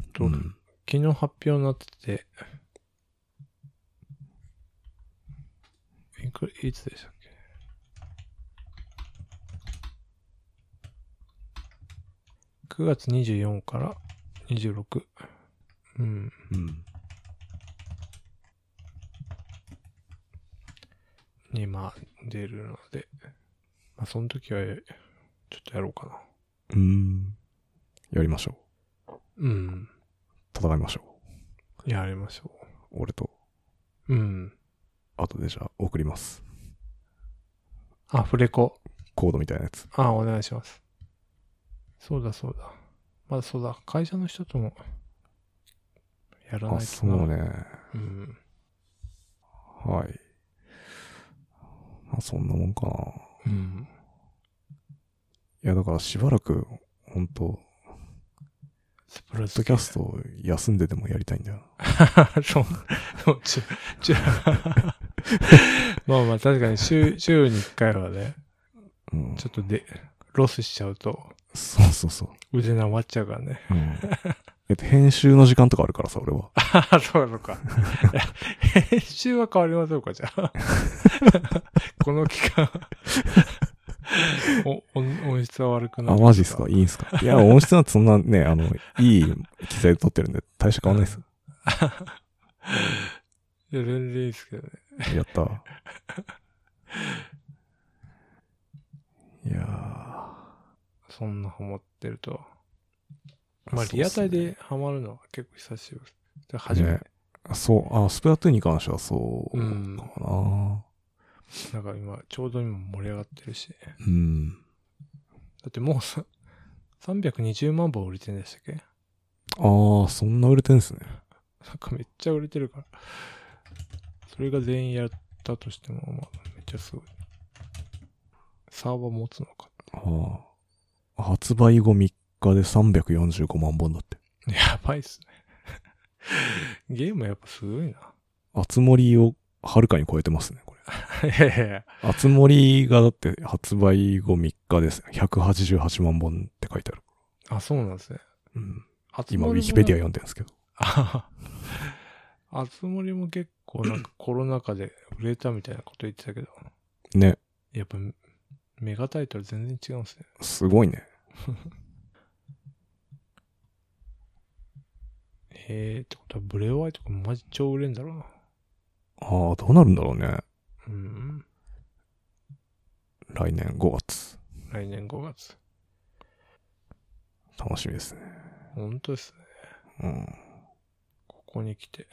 [SPEAKER 2] う。
[SPEAKER 1] と、昨日発表になってて、いくいつでしたっけ9月24から26。うん。
[SPEAKER 2] うん。
[SPEAKER 1] に、まあ、出るので。まあ、その時は、ちょっとやろうかな。
[SPEAKER 2] うん。やりましょ
[SPEAKER 1] うん。
[SPEAKER 2] う。戦いましょ
[SPEAKER 1] やりましょ
[SPEAKER 2] う。俺と。
[SPEAKER 1] う。うん。
[SPEAKER 2] 後でじゃあ送ります。
[SPEAKER 1] あ、フレコ。
[SPEAKER 2] コードみたいなやつ。
[SPEAKER 1] あ、お願いします。そうだそうだ。まだそうだ、会社の人とも、やらないとな。
[SPEAKER 2] あ、そう。ね。
[SPEAKER 1] うん。
[SPEAKER 2] はい。まあ、そんなもんかな。
[SPEAKER 1] うん。
[SPEAKER 2] いや、だからしばらく、ほんと、
[SPEAKER 1] スプラ
[SPEAKER 2] ポッド
[SPEAKER 1] ス
[SPEAKER 2] キャスト休んででもやりたいんだよな。
[SPEAKER 1] <laughs> そう。そうちゅちゅ <laughs> まあまあ、確かに
[SPEAKER 2] <laughs>
[SPEAKER 1] 週、週に1回はね、
[SPEAKER 2] うん。
[SPEAKER 1] ちょっとで、ロスしちゃうと、
[SPEAKER 2] そうそうそう。
[SPEAKER 1] 腕なまっちゃうからね。
[SPEAKER 2] うん。えっと、編集の時間と <laughs> かあるからさ、俺は。
[SPEAKER 1] あ、そうなのか。編集は変わりませんか、じゃあ。 <laughs> この期
[SPEAKER 2] <laughs>
[SPEAKER 1] 間お音、音質は悪くな
[SPEAKER 2] あ、
[SPEAKER 1] る。
[SPEAKER 2] マジっすかいいんすかいや、音質なんてそんなね、あの、いい機材で撮ってるんで、大した変わんないっす。
[SPEAKER 1] いや、全然いいですけどね。
[SPEAKER 2] やった。いや
[SPEAKER 1] そんなハマってるとは。まあ、
[SPEAKER 2] そうっすね
[SPEAKER 1] リアタイでハマるのは結構久しぶりです。で初めて、
[SPEAKER 2] ねーそう、あ、スプラトゥーンに関してはそうか
[SPEAKER 1] うん
[SPEAKER 2] な。
[SPEAKER 1] なんか今、ちょうど今盛り上がってるし。だ
[SPEAKER 2] うん。
[SPEAKER 1] ってもうさ、320万本売れてんでしたっけ <laughs>
[SPEAKER 2] ああ、そんな売れてんすね。
[SPEAKER 1] なんかめっちゃ売れてるから。それが全員やったとしても、まあ、めっちゃすごい。サーバー持つのか。 <laughs>
[SPEAKER 2] ああ。発売後3日で345万本だって。
[SPEAKER 1] やばいっすね。ゲームやっぱすご <laughs> いな。
[SPEAKER 2] あつ森をはるかに超えてますね、これ。
[SPEAKER 1] いやいやいや。
[SPEAKER 2] あつ森がだって発売後3日です。188万本って書いてある。
[SPEAKER 1] あ、そうなんですね。
[SPEAKER 2] うん、
[SPEAKER 1] あつ
[SPEAKER 2] 今、ウ
[SPEAKER 1] 森も
[SPEAKER 2] ィキペディア読んでるんですけど。
[SPEAKER 1] ああつ森も結構なんかコロナ禍で売れたみたいなこと言ってたけど、
[SPEAKER 2] ね、
[SPEAKER 1] やっぱメガタイトル全然違うんですね。
[SPEAKER 2] すごいね。
[SPEAKER 1] へえってことはブレワイとかマジ超売れんだろうな。
[SPEAKER 2] ああ、どうなるんだろうね。
[SPEAKER 1] うん。
[SPEAKER 2] 来年5月。
[SPEAKER 1] 来年5月。
[SPEAKER 2] 楽しみですね。
[SPEAKER 1] 本当ですね。
[SPEAKER 2] うん。
[SPEAKER 1] ここに来て。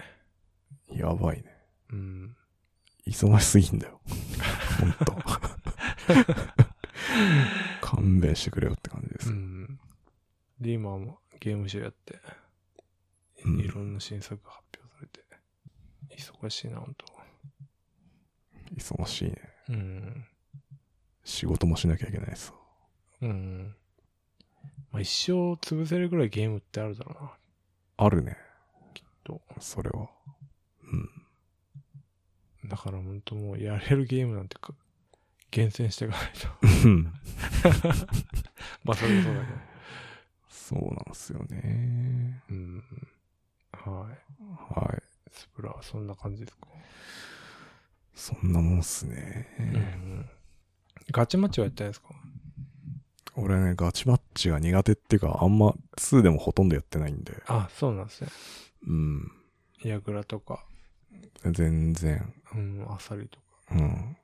[SPEAKER 2] やばいね。
[SPEAKER 1] うん。
[SPEAKER 2] 忙しすぎんだ <laughs> よ。ほんと。勘弁してくれよって感じで
[SPEAKER 1] う
[SPEAKER 2] す。
[SPEAKER 1] ん。で、今もゲームショーやって、
[SPEAKER 2] うん
[SPEAKER 1] いろんな新作が発表されて、忙しいな、本当
[SPEAKER 2] 忙しいね。
[SPEAKER 1] うん。
[SPEAKER 2] 仕事もしなきゃいけないさ。
[SPEAKER 1] うん。まあ、一生潰せるぐらいゲームってあるだろうな。
[SPEAKER 2] あるね。
[SPEAKER 1] と
[SPEAKER 2] それは。うん。
[SPEAKER 1] だから本当もうやれるゲームなんてか厳選していかないと。 <laughs>
[SPEAKER 2] <laughs> うん
[SPEAKER 1] まあそれもそうだけど。
[SPEAKER 2] そうなんですよね。
[SPEAKER 1] うん。はい。
[SPEAKER 2] はい。
[SPEAKER 1] スプラはそんな感じですか。
[SPEAKER 2] そんなもんっす
[SPEAKER 1] う
[SPEAKER 2] ね。
[SPEAKER 1] ん。ガチマッチはやったんですか
[SPEAKER 2] 俺ね、ガチマッチが苦手っていうか、あんま2でもほとんどやってないんで。
[SPEAKER 1] あ、そうなんですね。
[SPEAKER 2] うん。
[SPEAKER 1] ヤグラとか、
[SPEAKER 2] 全然。
[SPEAKER 1] うん、アサリとか。
[SPEAKER 2] うん。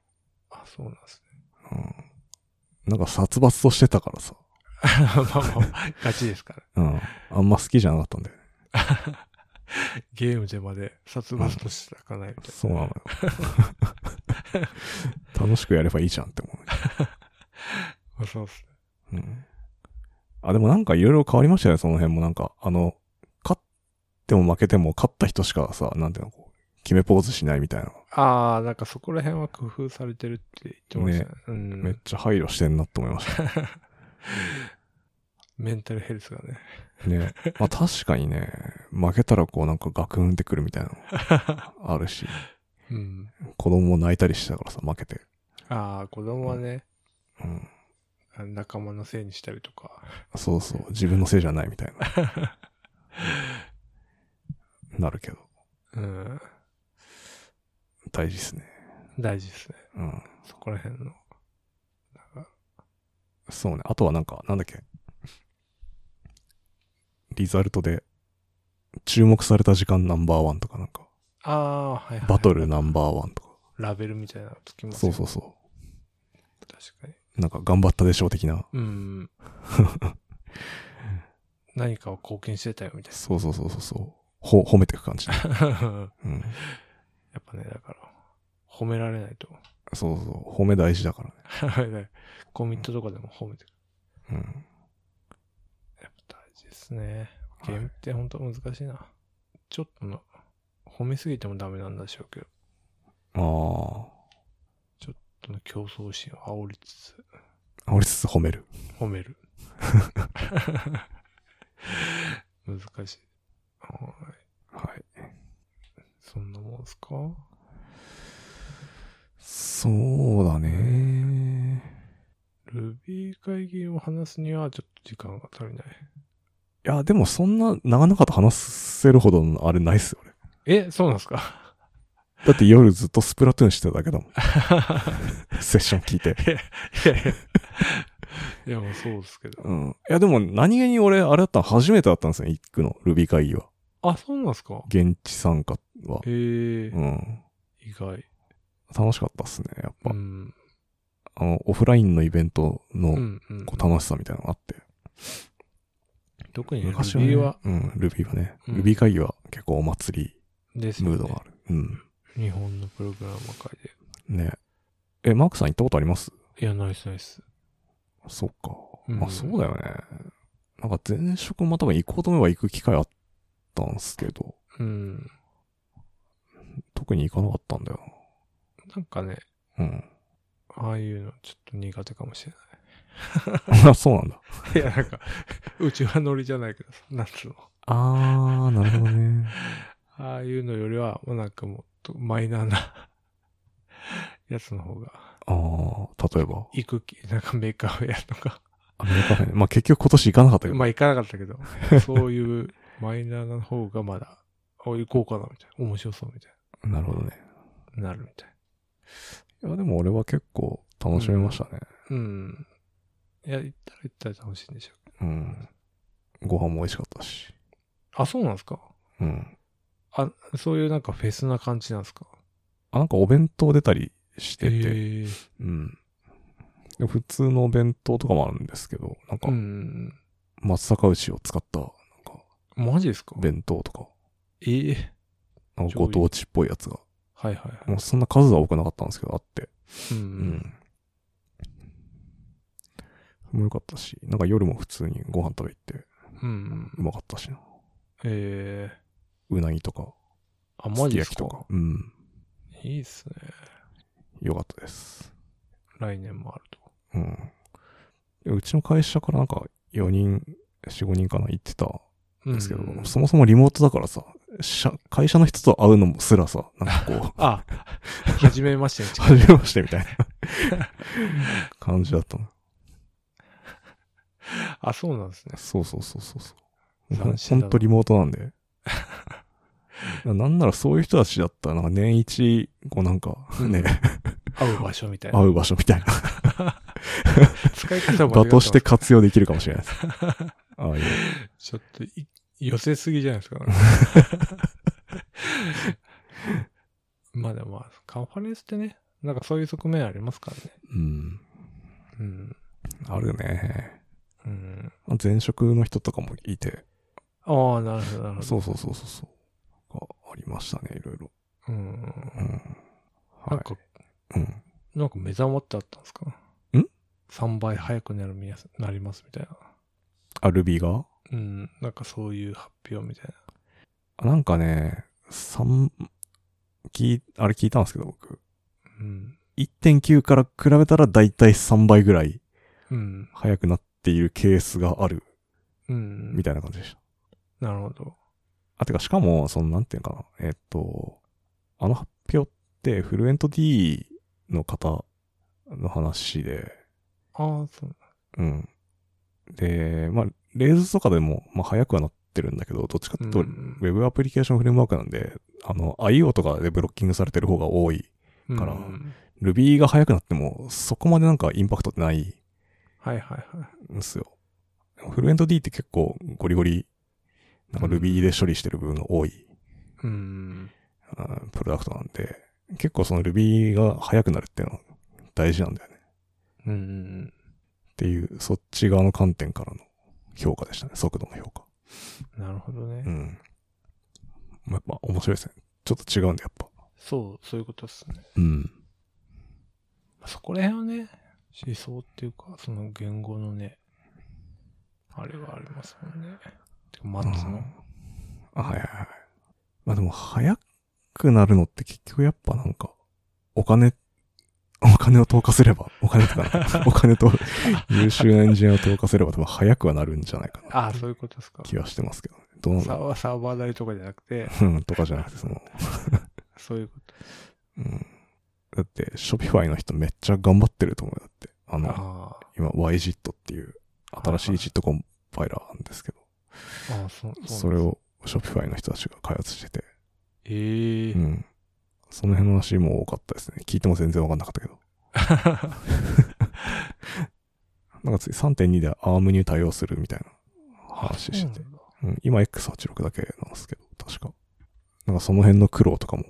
[SPEAKER 1] あ、そうなんですね。 <laughs>
[SPEAKER 2] うん。なんか殺伐としてたからさ。
[SPEAKER 1] まあまあ、ガチですから。
[SPEAKER 2] うん。あんま好きじゃなかったんだよね。
[SPEAKER 1] ゲームでまで殺伐としてたかないみたい
[SPEAKER 2] そう
[SPEAKER 1] <laughs>
[SPEAKER 2] なのよ。楽しくやればいいじゃんって思
[SPEAKER 1] な。あそうっすね。
[SPEAKER 2] うね。うん。あ、でもなんかいろいろ変わりましたよね、その辺も。なんか、あの、勝っても負けても勝った人しかさ、なんていうの、こう、決めポーズしないみたいな。
[SPEAKER 1] ああ、なんかそこら辺は工夫されてるって言ってましたね。うん、
[SPEAKER 2] めっちゃ配慮してんなって思いました。
[SPEAKER 1] メンタルヘルスがね。
[SPEAKER 2] ね。まあ確かにね、負けたらこうなんかガクンってくるみたいなのあるし、
[SPEAKER 1] うん。
[SPEAKER 2] 子供も泣いたりしてたからさ、負けて。
[SPEAKER 1] ああ、子供はね、
[SPEAKER 2] うん。
[SPEAKER 1] 仲間のせいにしたりとか。
[SPEAKER 2] そうそう、自分のせいじゃないみたいな。なるけど、
[SPEAKER 1] うん。
[SPEAKER 2] 大事っすね。
[SPEAKER 1] 大事ですね。
[SPEAKER 2] うん。
[SPEAKER 1] そこら辺の。
[SPEAKER 2] そうね。あとはなんか、なんだっけ。リザルトで、注目された時間ナンバーワンとかなんか、
[SPEAKER 1] ああ、はい、はい。
[SPEAKER 2] バトルナンバーワンとか。
[SPEAKER 1] ラベルみたいなのつきます
[SPEAKER 2] そ
[SPEAKER 1] よ
[SPEAKER 2] うそうそ
[SPEAKER 1] 確かに。
[SPEAKER 2] う。なんか、頑張ったでしょう的な。
[SPEAKER 1] うん。 <laughs> 何かを貢献してたよみたい
[SPEAKER 2] そうそうそうそうそう。ほ、褒めていく感じ。
[SPEAKER 1] な。 <laughs>
[SPEAKER 2] うん。
[SPEAKER 1] やっぱね、だから、褒められないと。 <laughs>
[SPEAKER 2] そうそう。褒め大事だからね。
[SPEAKER 1] コミットとかでも褒めてく
[SPEAKER 2] うん。
[SPEAKER 1] る。やっぱ大事ですね。ゲームって本当難しいな。ちょっとの、褒めすぎてもダメなんでしょうけど、
[SPEAKER 2] あ
[SPEAKER 1] その競争心を煽りつつ、
[SPEAKER 2] あ。煽りつつ褒める。
[SPEAKER 1] 褒める。難しい。はい。
[SPEAKER 2] はい。
[SPEAKER 1] そんなもんすか
[SPEAKER 2] そうだね。
[SPEAKER 1] ?Ruby 会議を話すにはちょっと時間が足りない。
[SPEAKER 2] いや、でもそんな、長々と話せるほどのあれないっすよ、俺。
[SPEAKER 1] え、そうなんすか
[SPEAKER 2] だって夜ずっとスプラトゥーンしてただけだもん。
[SPEAKER 1] <laughs>
[SPEAKER 2] セッション聞いて。
[SPEAKER 1] いやいや。いや、もうそうですけど。
[SPEAKER 2] うん。いや、でも何気に俺、あれだったの初めてだったんですよ、行くの。ルビー会議は。
[SPEAKER 1] あ、そうなんすか
[SPEAKER 2] 現地参加は。
[SPEAKER 1] へえ
[SPEAKER 2] うん。
[SPEAKER 1] 意外。
[SPEAKER 2] 楽しかったっすね。やっぱ、
[SPEAKER 1] うん。
[SPEAKER 2] あの、オフラインのイベント
[SPEAKER 1] う
[SPEAKER 2] の
[SPEAKER 1] んうん
[SPEAKER 2] こう楽しさみたいなのがあって。
[SPEAKER 1] 特にね
[SPEAKER 2] 昔は、ね、
[SPEAKER 1] 理由は、
[SPEAKER 2] うん、ルビーはね、
[SPEAKER 1] うん
[SPEAKER 2] ルビー会議は結構お祭
[SPEAKER 1] です
[SPEAKER 2] り
[SPEAKER 1] よ
[SPEAKER 2] ム
[SPEAKER 1] ね
[SPEAKER 2] ードがある。うん。
[SPEAKER 1] 日本のプログラマー界で。
[SPEAKER 2] ねえ、マークさん行ったことあります
[SPEAKER 1] いや、ナイスナイス。
[SPEAKER 2] そっか。
[SPEAKER 1] うん
[SPEAKER 2] あ、そうだよね。なんか前職も多分行こうと思えば行く機会あったんすけど、
[SPEAKER 1] うん。
[SPEAKER 2] 特に行かなかったんだよ
[SPEAKER 1] なんかね、
[SPEAKER 2] な。うん。
[SPEAKER 1] ああいうのちょっと苦手かもしれな
[SPEAKER 2] あ、そうなん <laughs> だ。
[SPEAKER 1] い。いや、なんか、うちはノリじゃないけどさ、なんつうの。
[SPEAKER 2] あー、なるほどね。
[SPEAKER 1] ああいうのよりは、もうなんかもっとマイナーな <laughs> やつの方が、
[SPEAKER 2] あー、例えば。
[SPEAKER 1] 行く気、なんかメーカーをやるとか。
[SPEAKER 2] アメリカ編。まあ結局今年行かなかったけど。
[SPEAKER 1] まあ行かなかったけど、そういうマイナーな方がまだ、あ、行こうかな、みたいな。面白そう、みたい
[SPEAKER 2] なるほどね。
[SPEAKER 1] な。なるみたい
[SPEAKER 2] いや、でも俺は結構楽しめましたね。
[SPEAKER 1] な。うん。いや、行ったら行ったら楽しいんでしょうけ
[SPEAKER 2] うん。ご飯も美味しかったし。
[SPEAKER 1] ど。あ、そうなんですか
[SPEAKER 2] うん。
[SPEAKER 1] あ、そういうなんかフェスな感じなんですか
[SPEAKER 2] あ、なんかお弁当出たりしてて。
[SPEAKER 1] ええ
[SPEAKER 2] うん。でも普通のお弁当とかもあるんですけど、なんか
[SPEAKER 1] う、ん。
[SPEAKER 2] 松阪牛を使った
[SPEAKER 1] マジですか
[SPEAKER 2] 弁当とか、
[SPEAKER 1] ええ
[SPEAKER 2] なんかご当地っぽいやつが。
[SPEAKER 1] はいはいはい。
[SPEAKER 2] もうそんな数は多くなかったんですけど、あって。
[SPEAKER 1] うん。
[SPEAKER 2] うん。もうよかったし、なんか夜も普通にご飯食べ行って、
[SPEAKER 1] うん。うん
[SPEAKER 2] うまかったしな。
[SPEAKER 1] ええ
[SPEAKER 2] うなぎとか、
[SPEAKER 1] あ、マ
[SPEAKER 2] すき
[SPEAKER 1] ジです
[SPEAKER 2] 焼き
[SPEAKER 1] か
[SPEAKER 2] とか。うん。
[SPEAKER 1] いいっすね。
[SPEAKER 2] よかったです。
[SPEAKER 1] 来年もあると。
[SPEAKER 2] うん。でうちの会社からなんか4人、4、5人かな行ってた
[SPEAKER 1] うん
[SPEAKER 2] ですけど、そもそもリモートだからさ、社会社の人と会うのもすらさ、なんかこう、 <laughs>
[SPEAKER 1] あ、 <laughs> はじめましてに近い
[SPEAKER 2] はじめましてみたいな感じだったの。
[SPEAKER 1] <laughs> あ、そうなんですね。
[SPEAKER 2] そうそうそうそうそう。ほん
[SPEAKER 1] 斬新だな
[SPEAKER 2] ほんとリモートなんで。なんならそういう人たちだったら、なんか年一、こうなんか
[SPEAKER 1] うん
[SPEAKER 2] ね、
[SPEAKER 1] 会う場所みたいな。
[SPEAKER 2] 会う場所みたいな
[SPEAKER 1] <laughs> 使い方も
[SPEAKER 2] 場として活用できるかもしれな
[SPEAKER 1] <laughs>
[SPEAKER 2] いです。ああいう。
[SPEAKER 1] ちょっとい、寄せすぎじゃないですか。 <laughs> まあでもまあ、カンファレンスってね、なんかそういう側面ありますからね。
[SPEAKER 2] うん。
[SPEAKER 1] うん。
[SPEAKER 2] あるね。
[SPEAKER 1] うん。
[SPEAKER 2] 前職の人とかもいて、
[SPEAKER 1] ああ、なるほど、なるほど。
[SPEAKER 2] そうそうそうそうそう。あありましたね、いろいろ。
[SPEAKER 1] う。ん。
[SPEAKER 2] うん。
[SPEAKER 1] なん
[SPEAKER 2] は
[SPEAKER 1] か、
[SPEAKER 2] い。うん。
[SPEAKER 1] なんか目覚まってあったんですか
[SPEAKER 2] ん
[SPEAKER 1] ?3 倍早くなるみやすなりますみたいな。
[SPEAKER 2] あ、ルビーが
[SPEAKER 1] うん。なんかそういう発表みたい
[SPEAKER 2] あなんかね、三、聞い、あれ聞いたんですけど、僕。
[SPEAKER 1] な。うん。
[SPEAKER 2] 1.9から比べたらだいたい3倍ぐらい
[SPEAKER 1] うん。
[SPEAKER 2] 早くなっているケースがある、
[SPEAKER 1] うん
[SPEAKER 2] み。たいな感じでした。
[SPEAKER 1] なるほど。
[SPEAKER 2] あ、てか、しかも、その、なんていうのかな。えっ、と、あの発表って、フルエント D の方の話で、
[SPEAKER 1] ああ、そう。
[SPEAKER 2] うん。で、まあ、レーズとかでも、まあ、早くはなってるんだけど、どっちかっていうと、
[SPEAKER 1] う
[SPEAKER 2] ウ
[SPEAKER 1] ん
[SPEAKER 2] ェブアプリケーションフレームワークなんで、あの、IO とかでブロッキングされてる方が多い。から
[SPEAKER 1] うん、
[SPEAKER 2] Ruby が早くなっても、そこまでなんかインパクトってないん
[SPEAKER 1] はいはいはい。
[SPEAKER 2] ですよ。フルエント D って結構ゴリゴリ、なんか
[SPEAKER 1] うん
[SPEAKER 2] Ruby で処理してる部分が多い、
[SPEAKER 1] うん。
[SPEAKER 2] あープロダクトなんで、結構その Ruby が早くなるっていうのは大事なんだよね。
[SPEAKER 1] うん。
[SPEAKER 2] っていう、そっち側の観点からの評価でしたね。速度の評価。
[SPEAKER 1] なるほどね。
[SPEAKER 2] うん。やっぱ面白いですね。ちょっと違うんで、やっぱ。
[SPEAKER 1] そう、そういうことですね。
[SPEAKER 2] うん。
[SPEAKER 1] まあそこら辺はね、思想っていうか、その言語のね、あれはありますもんね。てか、マッツの。
[SPEAKER 2] あ、はいはいはい。まあでも、早くなるのって結局やっぱなんか、お金、 <laughs> お金を投下すれば、お金
[SPEAKER 1] <laughs>
[SPEAKER 2] とか、お金と優秀なエンジニアを投下すれば、多分早くはなるんじゃないかな。
[SPEAKER 1] ああ、そういうことですか。
[SPEAKER 2] 気はしてますけどね。どうなん
[SPEAKER 1] サ
[SPEAKER 2] だ
[SPEAKER 1] ーバー、サーバー代とかじゃなくて、
[SPEAKER 2] うん、とかじゃなくて、その、
[SPEAKER 1] そういうこと。
[SPEAKER 2] うん。だって、ショピファイの人めっちゃ頑張ってると思うよ。だって、あの、
[SPEAKER 1] あ
[SPEAKER 2] 今、YJIT っていう、新しいジットコンパイラーなんですけど、
[SPEAKER 1] あ、ああ、そう、うなんです
[SPEAKER 2] それ。を、ショピファイの人たちが開発してて、
[SPEAKER 1] ええ
[SPEAKER 2] うん。その辺の話も多かったですね。聞いても全然わかんなかったけど。 <laughs> なんか次3.2でアームに対応するみたいな話
[SPEAKER 1] そう
[SPEAKER 2] し
[SPEAKER 1] なん
[SPEAKER 2] て
[SPEAKER 1] だ
[SPEAKER 2] て。うん、今 X86 だけなんですけど、確か。なんかその辺の苦労とかも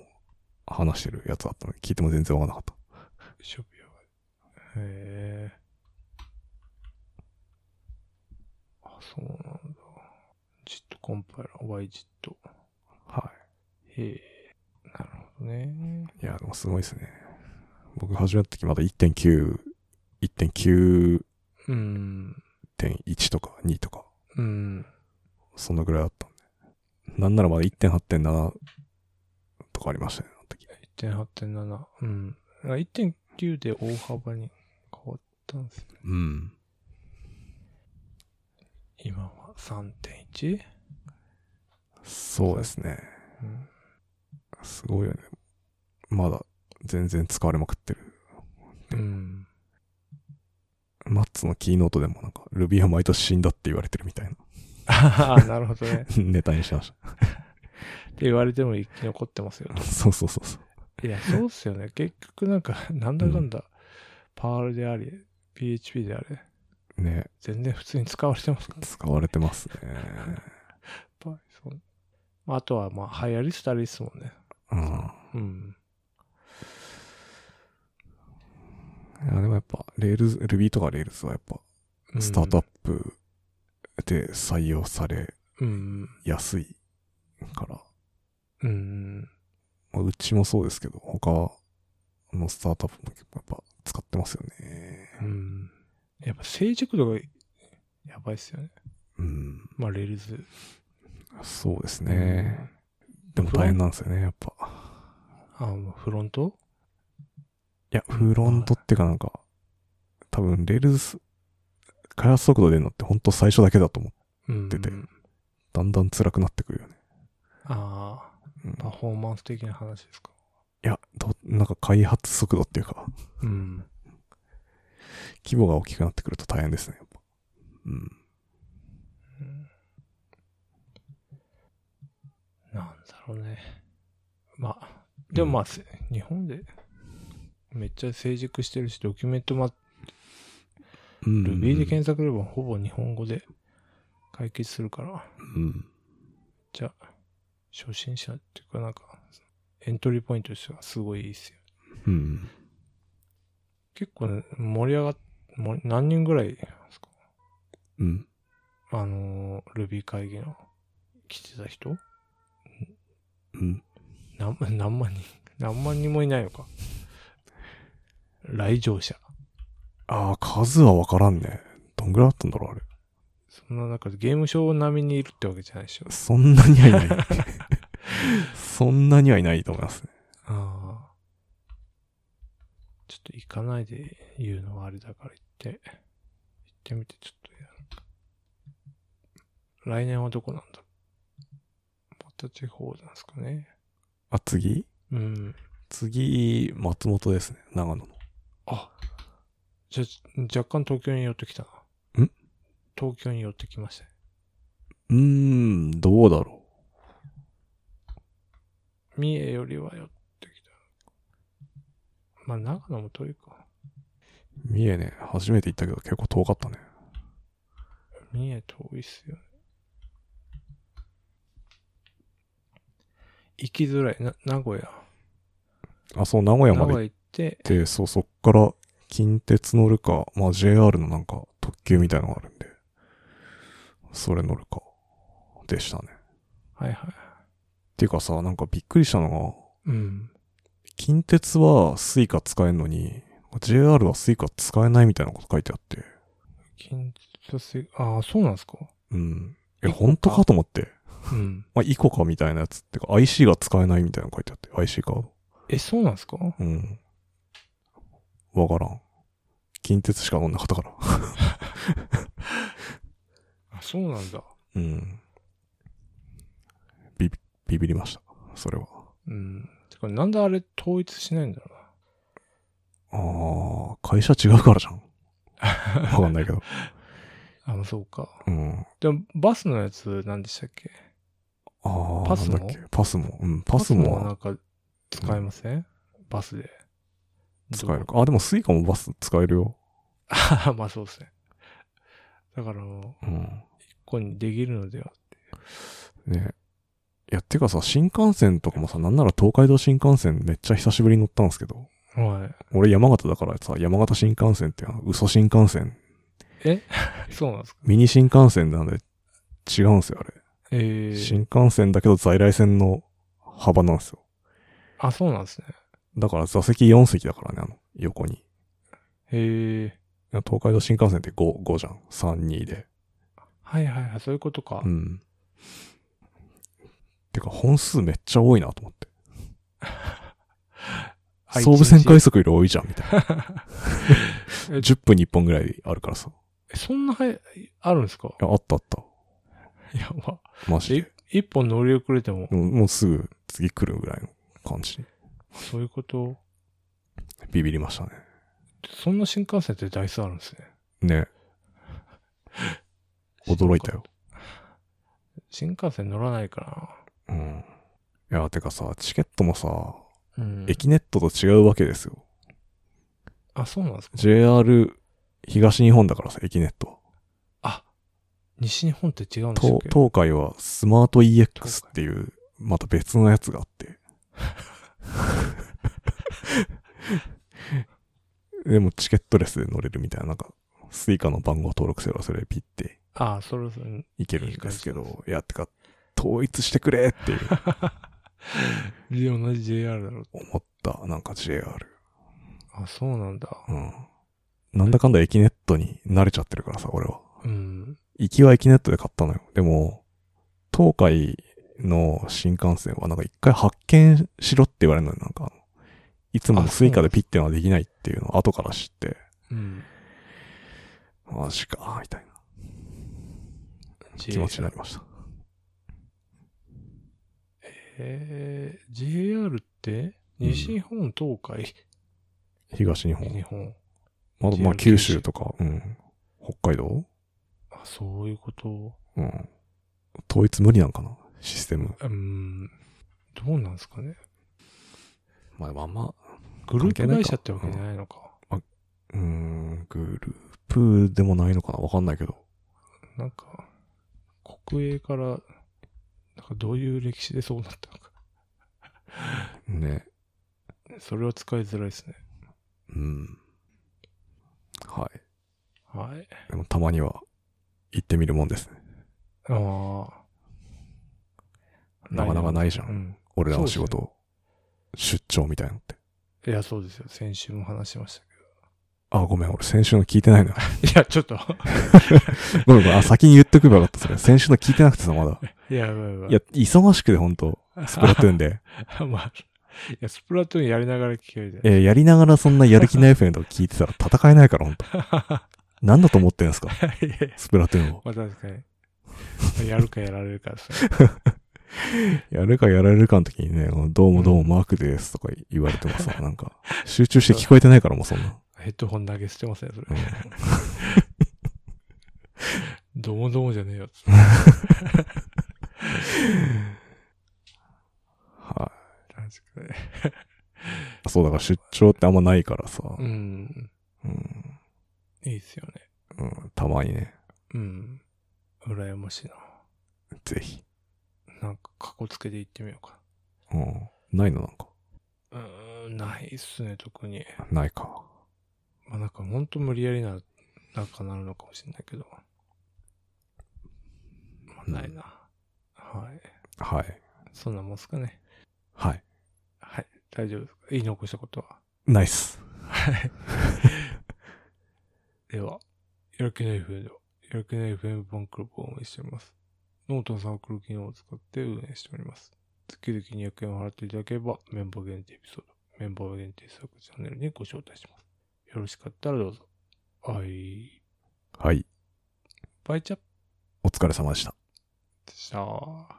[SPEAKER 2] 話してるやつだったのに聞いても全然わからなかっ
[SPEAKER 1] ショビアへえ。あ、そうなんだ。ジットコンパイラー、Y ジット。
[SPEAKER 2] た。は
[SPEAKER 1] へえ。なるほどね。
[SPEAKER 2] い。いや、でもすごいですね。僕始めた時まだ1.9、1.9.1
[SPEAKER 1] うん。
[SPEAKER 2] とか2とか、
[SPEAKER 1] うん。
[SPEAKER 2] そんなぐらいだったんで。なんならまだ1.8.7とかありましたね、あの時。
[SPEAKER 1] 1.8.7。うん。あ1.9で大幅に変わったんですね。
[SPEAKER 2] うん。
[SPEAKER 1] 今は 3.1?
[SPEAKER 2] そうですね。
[SPEAKER 1] うん。
[SPEAKER 2] すごいよね。まだ全然使われまくってる。
[SPEAKER 1] うん。 <laughs>
[SPEAKER 2] マッツのキーノートでもなんか Ruby は毎年死んだって言われてるみたいな <laughs>
[SPEAKER 1] ああ、なるほどね。っ
[SPEAKER 2] ネタにしてまして
[SPEAKER 1] 言われても生き残ってますよ
[SPEAKER 2] た。 <laughs> そうそうそうそう。
[SPEAKER 1] いや、そうっすよ
[SPEAKER 2] <laughs>
[SPEAKER 1] ね。結局なんか、なんだかんだ、パールであり、PHP であれ、
[SPEAKER 2] ね、
[SPEAKER 1] 全然普通に使われてますからね。
[SPEAKER 2] 使われてますね。
[SPEAKER 1] Python まあ、あとは、まあ、流行りしたりですもんね。
[SPEAKER 2] うん。
[SPEAKER 1] うん。
[SPEAKER 2] いやでもやっぱ、レールズ、Ruby とか Rails はやっぱ、スタートア
[SPEAKER 1] ッ
[SPEAKER 2] ップで採用され
[SPEAKER 1] プ。うん。
[SPEAKER 2] やすいから、
[SPEAKER 1] うん。
[SPEAKER 2] まあうちもそうですけど、他のスタートアップも結構やっぱ使ってますよね。
[SPEAKER 1] うん。やっぱ成熟度がやばいっすよね。
[SPEAKER 2] うん。
[SPEAKER 1] まあ、レールズ。
[SPEAKER 2] そうですね。でも大変なんですよね、やっぱ。
[SPEAKER 1] あ、もうフロント
[SPEAKER 2] いや、フロントっていうかなんか、多分、レールズ、開発速度出るのって本当最初だけだと思う。
[SPEAKER 1] うん。
[SPEAKER 2] 出てだんだん辛くなってくるよね。
[SPEAKER 1] ああ、
[SPEAKER 2] うん、い
[SPEAKER 1] パフォーマンス的な話ですか。
[SPEAKER 2] や、ど、なんか開発速度っていうか、
[SPEAKER 1] うん。
[SPEAKER 2] 規模が大きくなってくると大変ですね、やっぱ。うん。
[SPEAKER 1] なんだろうね。まあ、でもまあ、せ日本でめっちゃ成熟してるし、ドキュメントもあ
[SPEAKER 2] うん
[SPEAKER 1] Ruby で検索すればほぼ日本語で解決するから、
[SPEAKER 2] うん。
[SPEAKER 1] じゃあ、初心者っていうかなんか、エントリーポイントとしてはすごいいいっすよ。
[SPEAKER 2] うん。
[SPEAKER 1] 結構ね、盛り上がっ、も何人ぐらいですか
[SPEAKER 2] うん。
[SPEAKER 1] あのー、Ruby 会議の来てた人
[SPEAKER 2] うん。
[SPEAKER 1] 何何万人何万人もいないのか。来場者。
[SPEAKER 2] ああ、数はわからんね。どんぐらいあったんだろう、あれ。
[SPEAKER 1] そんな中でゲームショー並みにいるってわけじゃないでしょ。
[SPEAKER 2] そんなにはいない。そんなにはいないと思いますね。
[SPEAKER 1] ああ。ちょっと行かないで言うのはあれだから行って、行ってみてちょっとやるか。来年はどこなんだまた地方なんですかね。
[SPEAKER 2] あ、次
[SPEAKER 1] うん。
[SPEAKER 2] 次、松本ですね。長野の。
[SPEAKER 1] あ、じゃ、若干東京に寄ってきたな。
[SPEAKER 2] ん
[SPEAKER 1] 東京に寄ってきましたね。
[SPEAKER 2] うーん、どうだろ
[SPEAKER 1] 三重よりは寄ってきた。まあ長野も遠いか。
[SPEAKER 2] う。三重ね、初めて行ったけど結構遠かったね。
[SPEAKER 1] 三重遠いっすよね。行きづらい。な、名古屋。
[SPEAKER 2] あ、そう、名古屋
[SPEAKER 1] 名
[SPEAKER 2] ま
[SPEAKER 1] 古屋
[SPEAKER 2] で行っ
[SPEAKER 1] 行って、
[SPEAKER 2] て、そう、そっから近鉄乗るか、まあ JR のなんか特急みたいのがあるんで、それ乗るか、でしたね。っ
[SPEAKER 1] はいはい。
[SPEAKER 2] ていうかさ、なんかびっくりしたの
[SPEAKER 1] うん。
[SPEAKER 2] が、近鉄はスイカ使えるのに、JR はスイカ使えないみたいなこと書いてあって、
[SPEAKER 1] 近鉄線、ああ、そうなんですか
[SPEAKER 2] うん。え、
[SPEAKER 1] イコカ
[SPEAKER 2] 本当かと思って。
[SPEAKER 1] うん。
[SPEAKER 2] まあ、イコカみたいなやつってか、IC が使えないみたいなの書いてあって、IC カード。
[SPEAKER 1] え、そうなんですか
[SPEAKER 2] うん。わからん。近鉄しか乗んなかったから。 <laughs>
[SPEAKER 1] あ、そうなんだ。
[SPEAKER 2] うん。ビビ、ビビりました。それは。
[SPEAKER 1] うん。てか、なんであれ統一しないんだろ
[SPEAKER 2] ああ、会社違うから <laughs> じゃん。わかんないけど。
[SPEAKER 1] うな。あ、まあそうか。
[SPEAKER 2] うん。あ
[SPEAKER 1] でも、バスのやつ、何でしたっけ
[SPEAKER 2] あ、
[SPEAKER 1] パスモ
[SPEAKER 2] なんだっけパスモ。うん、パスモ
[SPEAKER 1] はな
[SPEAKER 2] は
[SPEAKER 1] んか、使えません、バスで。
[SPEAKER 2] 使えるか。あ、でもスイカもバス使えるよ。
[SPEAKER 1] どう。 <laughs> まあそうですね。だから、
[SPEAKER 2] うん。
[SPEAKER 1] ここにできるのでは。
[SPEAKER 2] ね。いや、てかさ、新幹線とかもさ、なんなら東海道新幹線めっちゃ久しぶりに乗ったんですけど、
[SPEAKER 1] は
[SPEAKER 2] 俺山形だからさ、山形新幹線ってあの嘘新幹線、
[SPEAKER 1] い。えそうなんですか
[SPEAKER 2] ミニ新幹線なんで違うんですよ、あれ。
[SPEAKER 1] ええ
[SPEAKER 2] 新幹線だけど在来線の幅なんですよ。
[SPEAKER 1] あ、そうなんですね。
[SPEAKER 2] だから座席4席だからね、あの、横に。
[SPEAKER 1] ええ
[SPEAKER 2] 東海道新幹線って5、5じゃん。3、2で。
[SPEAKER 1] はいはいはい、そういうことか。
[SPEAKER 2] うん。てか本数めっちゃ多いなと思って。
[SPEAKER 1] あ
[SPEAKER 2] 総武線回数より多いじゃん、みたいな。
[SPEAKER 1] <laughs> え
[SPEAKER 2] 10分に1本ぐらいあるからさ。
[SPEAKER 1] えそんな早い、あるんですか
[SPEAKER 2] いや、あったあった。
[SPEAKER 1] やば。
[SPEAKER 2] マジで。
[SPEAKER 1] 一本乗り遅れても、
[SPEAKER 2] もうもうすぐ次来るぐらいの感じに。
[SPEAKER 1] そういうこと。
[SPEAKER 2] ビビりましたね。
[SPEAKER 1] そんな新幹線って台数あるんですね。
[SPEAKER 2] ね。驚いたよ。
[SPEAKER 1] 新幹線乗らないか
[SPEAKER 2] うん。いや、てかさ、チケットもさ、
[SPEAKER 1] な。うん。
[SPEAKER 2] 駅ネットと違うわけですよ。
[SPEAKER 1] あ、そうなんですか
[SPEAKER 2] JR 東日本だからさ、駅ネットは。
[SPEAKER 1] あ、西日本って違うんです
[SPEAKER 2] 東
[SPEAKER 1] っけ
[SPEAKER 2] 東海はスマート EX っていう、また別のやつがあ
[SPEAKER 1] <laughs>
[SPEAKER 2] って。でもチケットレスで乗れるみたいな、なんか、スイカの番号登録すればそれでピッて
[SPEAKER 1] あ、それそれ。
[SPEAKER 2] いけるんですけ
[SPEAKER 1] いい感じ
[SPEAKER 2] ど、いや、てか、統一してくれっていう
[SPEAKER 1] 同じ JR だろう。
[SPEAKER 2] 思った、なんか JR。
[SPEAKER 1] あ、そうなんだ。
[SPEAKER 2] うん。なんだかんだ駅ネットに慣れちゃってるからさ、俺は。
[SPEAKER 1] うん。
[SPEAKER 2] 行きは駅ネットで買ったのよ。でも、東海の新幹線はなんか一回発見しろって言われるのよ。なんか、いつもの
[SPEAKER 1] あそ
[SPEAKER 2] ス
[SPEAKER 1] う
[SPEAKER 2] イカでピッてのはできないっていうのを後から知って、
[SPEAKER 1] うん。
[SPEAKER 2] マジか、みたいな気持ちになりました。
[SPEAKER 1] えー、JR って西日本、東海、
[SPEAKER 2] 東日
[SPEAKER 1] 日
[SPEAKER 2] 本。
[SPEAKER 1] 本。
[SPEAKER 2] あと、ま
[SPEAKER 1] JR
[SPEAKER 2] あ九州とか、うん。北海道
[SPEAKER 1] あ、そういうこと。
[SPEAKER 2] うん。統一無理なんかなシステム。
[SPEAKER 1] うん。どうなんですかね。
[SPEAKER 2] まあ、まあまあ、
[SPEAKER 1] グループ
[SPEAKER 2] 関係ない
[SPEAKER 1] 会
[SPEAKER 2] か
[SPEAKER 1] 社ってわけじゃないのか。
[SPEAKER 2] うーん、グループでもないのかなわかんないけど。
[SPEAKER 1] なんか、国営から、なんかどういう歴史でそうなったのか。
[SPEAKER 2] ね。
[SPEAKER 1] それは使いづらいですね。
[SPEAKER 2] うん。はい。
[SPEAKER 1] はい。
[SPEAKER 2] でもたまには行ってみるもんですね。
[SPEAKER 1] ああ。
[SPEAKER 2] なかなかないじゃん。
[SPEAKER 1] うん。
[SPEAKER 2] 俺らの仕事、出張みたいなのって。
[SPEAKER 1] いや、そうですよ。先週も話しました
[SPEAKER 2] あ、ごめん、俺先週の聞いてない <laughs> のよ。
[SPEAKER 1] <laughs> けど。いや、ちょっと。
[SPEAKER 2] ごめん、ごめん、あ、先に言っとけばよかった、それ。先週の聞いてなくてさ、まだ。
[SPEAKER 1] いや、やばいやばい。
[SPEAKER 2] いや、忙しくて、ほんと。スプラトゥーンで。
[SPEAKER 1] <laughs>
[SPEAKER 2] <laughs>
[SPEAKER 1] まあ、いや、スプラトゥーンやりながら聞けるじゃ
[SPEAKER 2] えーやりながらそんなやる気ない FM とか聞いてたら戦えないから、ほんと。何だと思ってんすか
[SPEAKER 1] <laughs> ないいやいや。
[SPEAKER 2] スプラトゥーンを。
[SPEAKER 1] まあ確かに。やるかやられるかですね。
[SPEAKER 2] やるかやられるかの時にね、このどうもどうもマークですとか言われてもさ、なんか、集中して聞こえてないからもうそんな。
[SPEAKER 1] ヘッドホン投げ捨てますね、それ
[SPEAKER 2] う。
[SPEAKER 1] <laughs>
[SPEAKER 2] ん
[SPEAKER 1] どうもどうもじゃねえよ。
[SPEAKER 2] は
[SPEAKER 1] 確かに。
[SPEAKER 2] い。そう、だから出張ってあんまないからさ。
[SPEAKER 1] うん。
[SPEAKER 2] うん。
[SPEAKER 1] いいですよね。
[SPEAKER 2] うん。たまにね。
[SPEAKER 1] うん。羨ましいな。
[SPEAKER 2] ぜひ。
[SPEAKER 1] なんか、かこつけて行ってみようか。
[SPEAKER 2] うん。ないのなんか。
[SPEAKER 1] うーん、ないっすね、特に。
[SPEAKER 2] ないか。
[SPEAKER 1] まあなんか、ほんと無理やりな、なんかなるのかもしれないけど。まあ、ないな。はい。
[SPEAKER 2] はい。
[SPEAKER 1] そんなもんっすかね。
[SPEAKER 2] はい。
[SPEAKER 1] はい。大丈夫ですか言い残したことは。
[SPEAKER 2] ナイス。
[SPEAKER 1] はい。では、やる気ない FM では、やる気ない FM ファンクラブを運営しております。ノートのサークル機能を使って運営しております。月々200円を払っていただければ、メンバー限定エピソード、メンバー限定作チャンネルにご招待します。よろしかったらどうぞ。はい。
[SPEAKER 2] はい。
[SPEAKER 1] バイチャップ
[SPEAKER 2] お疲れ様でした。
[SPEAKER 1] でした。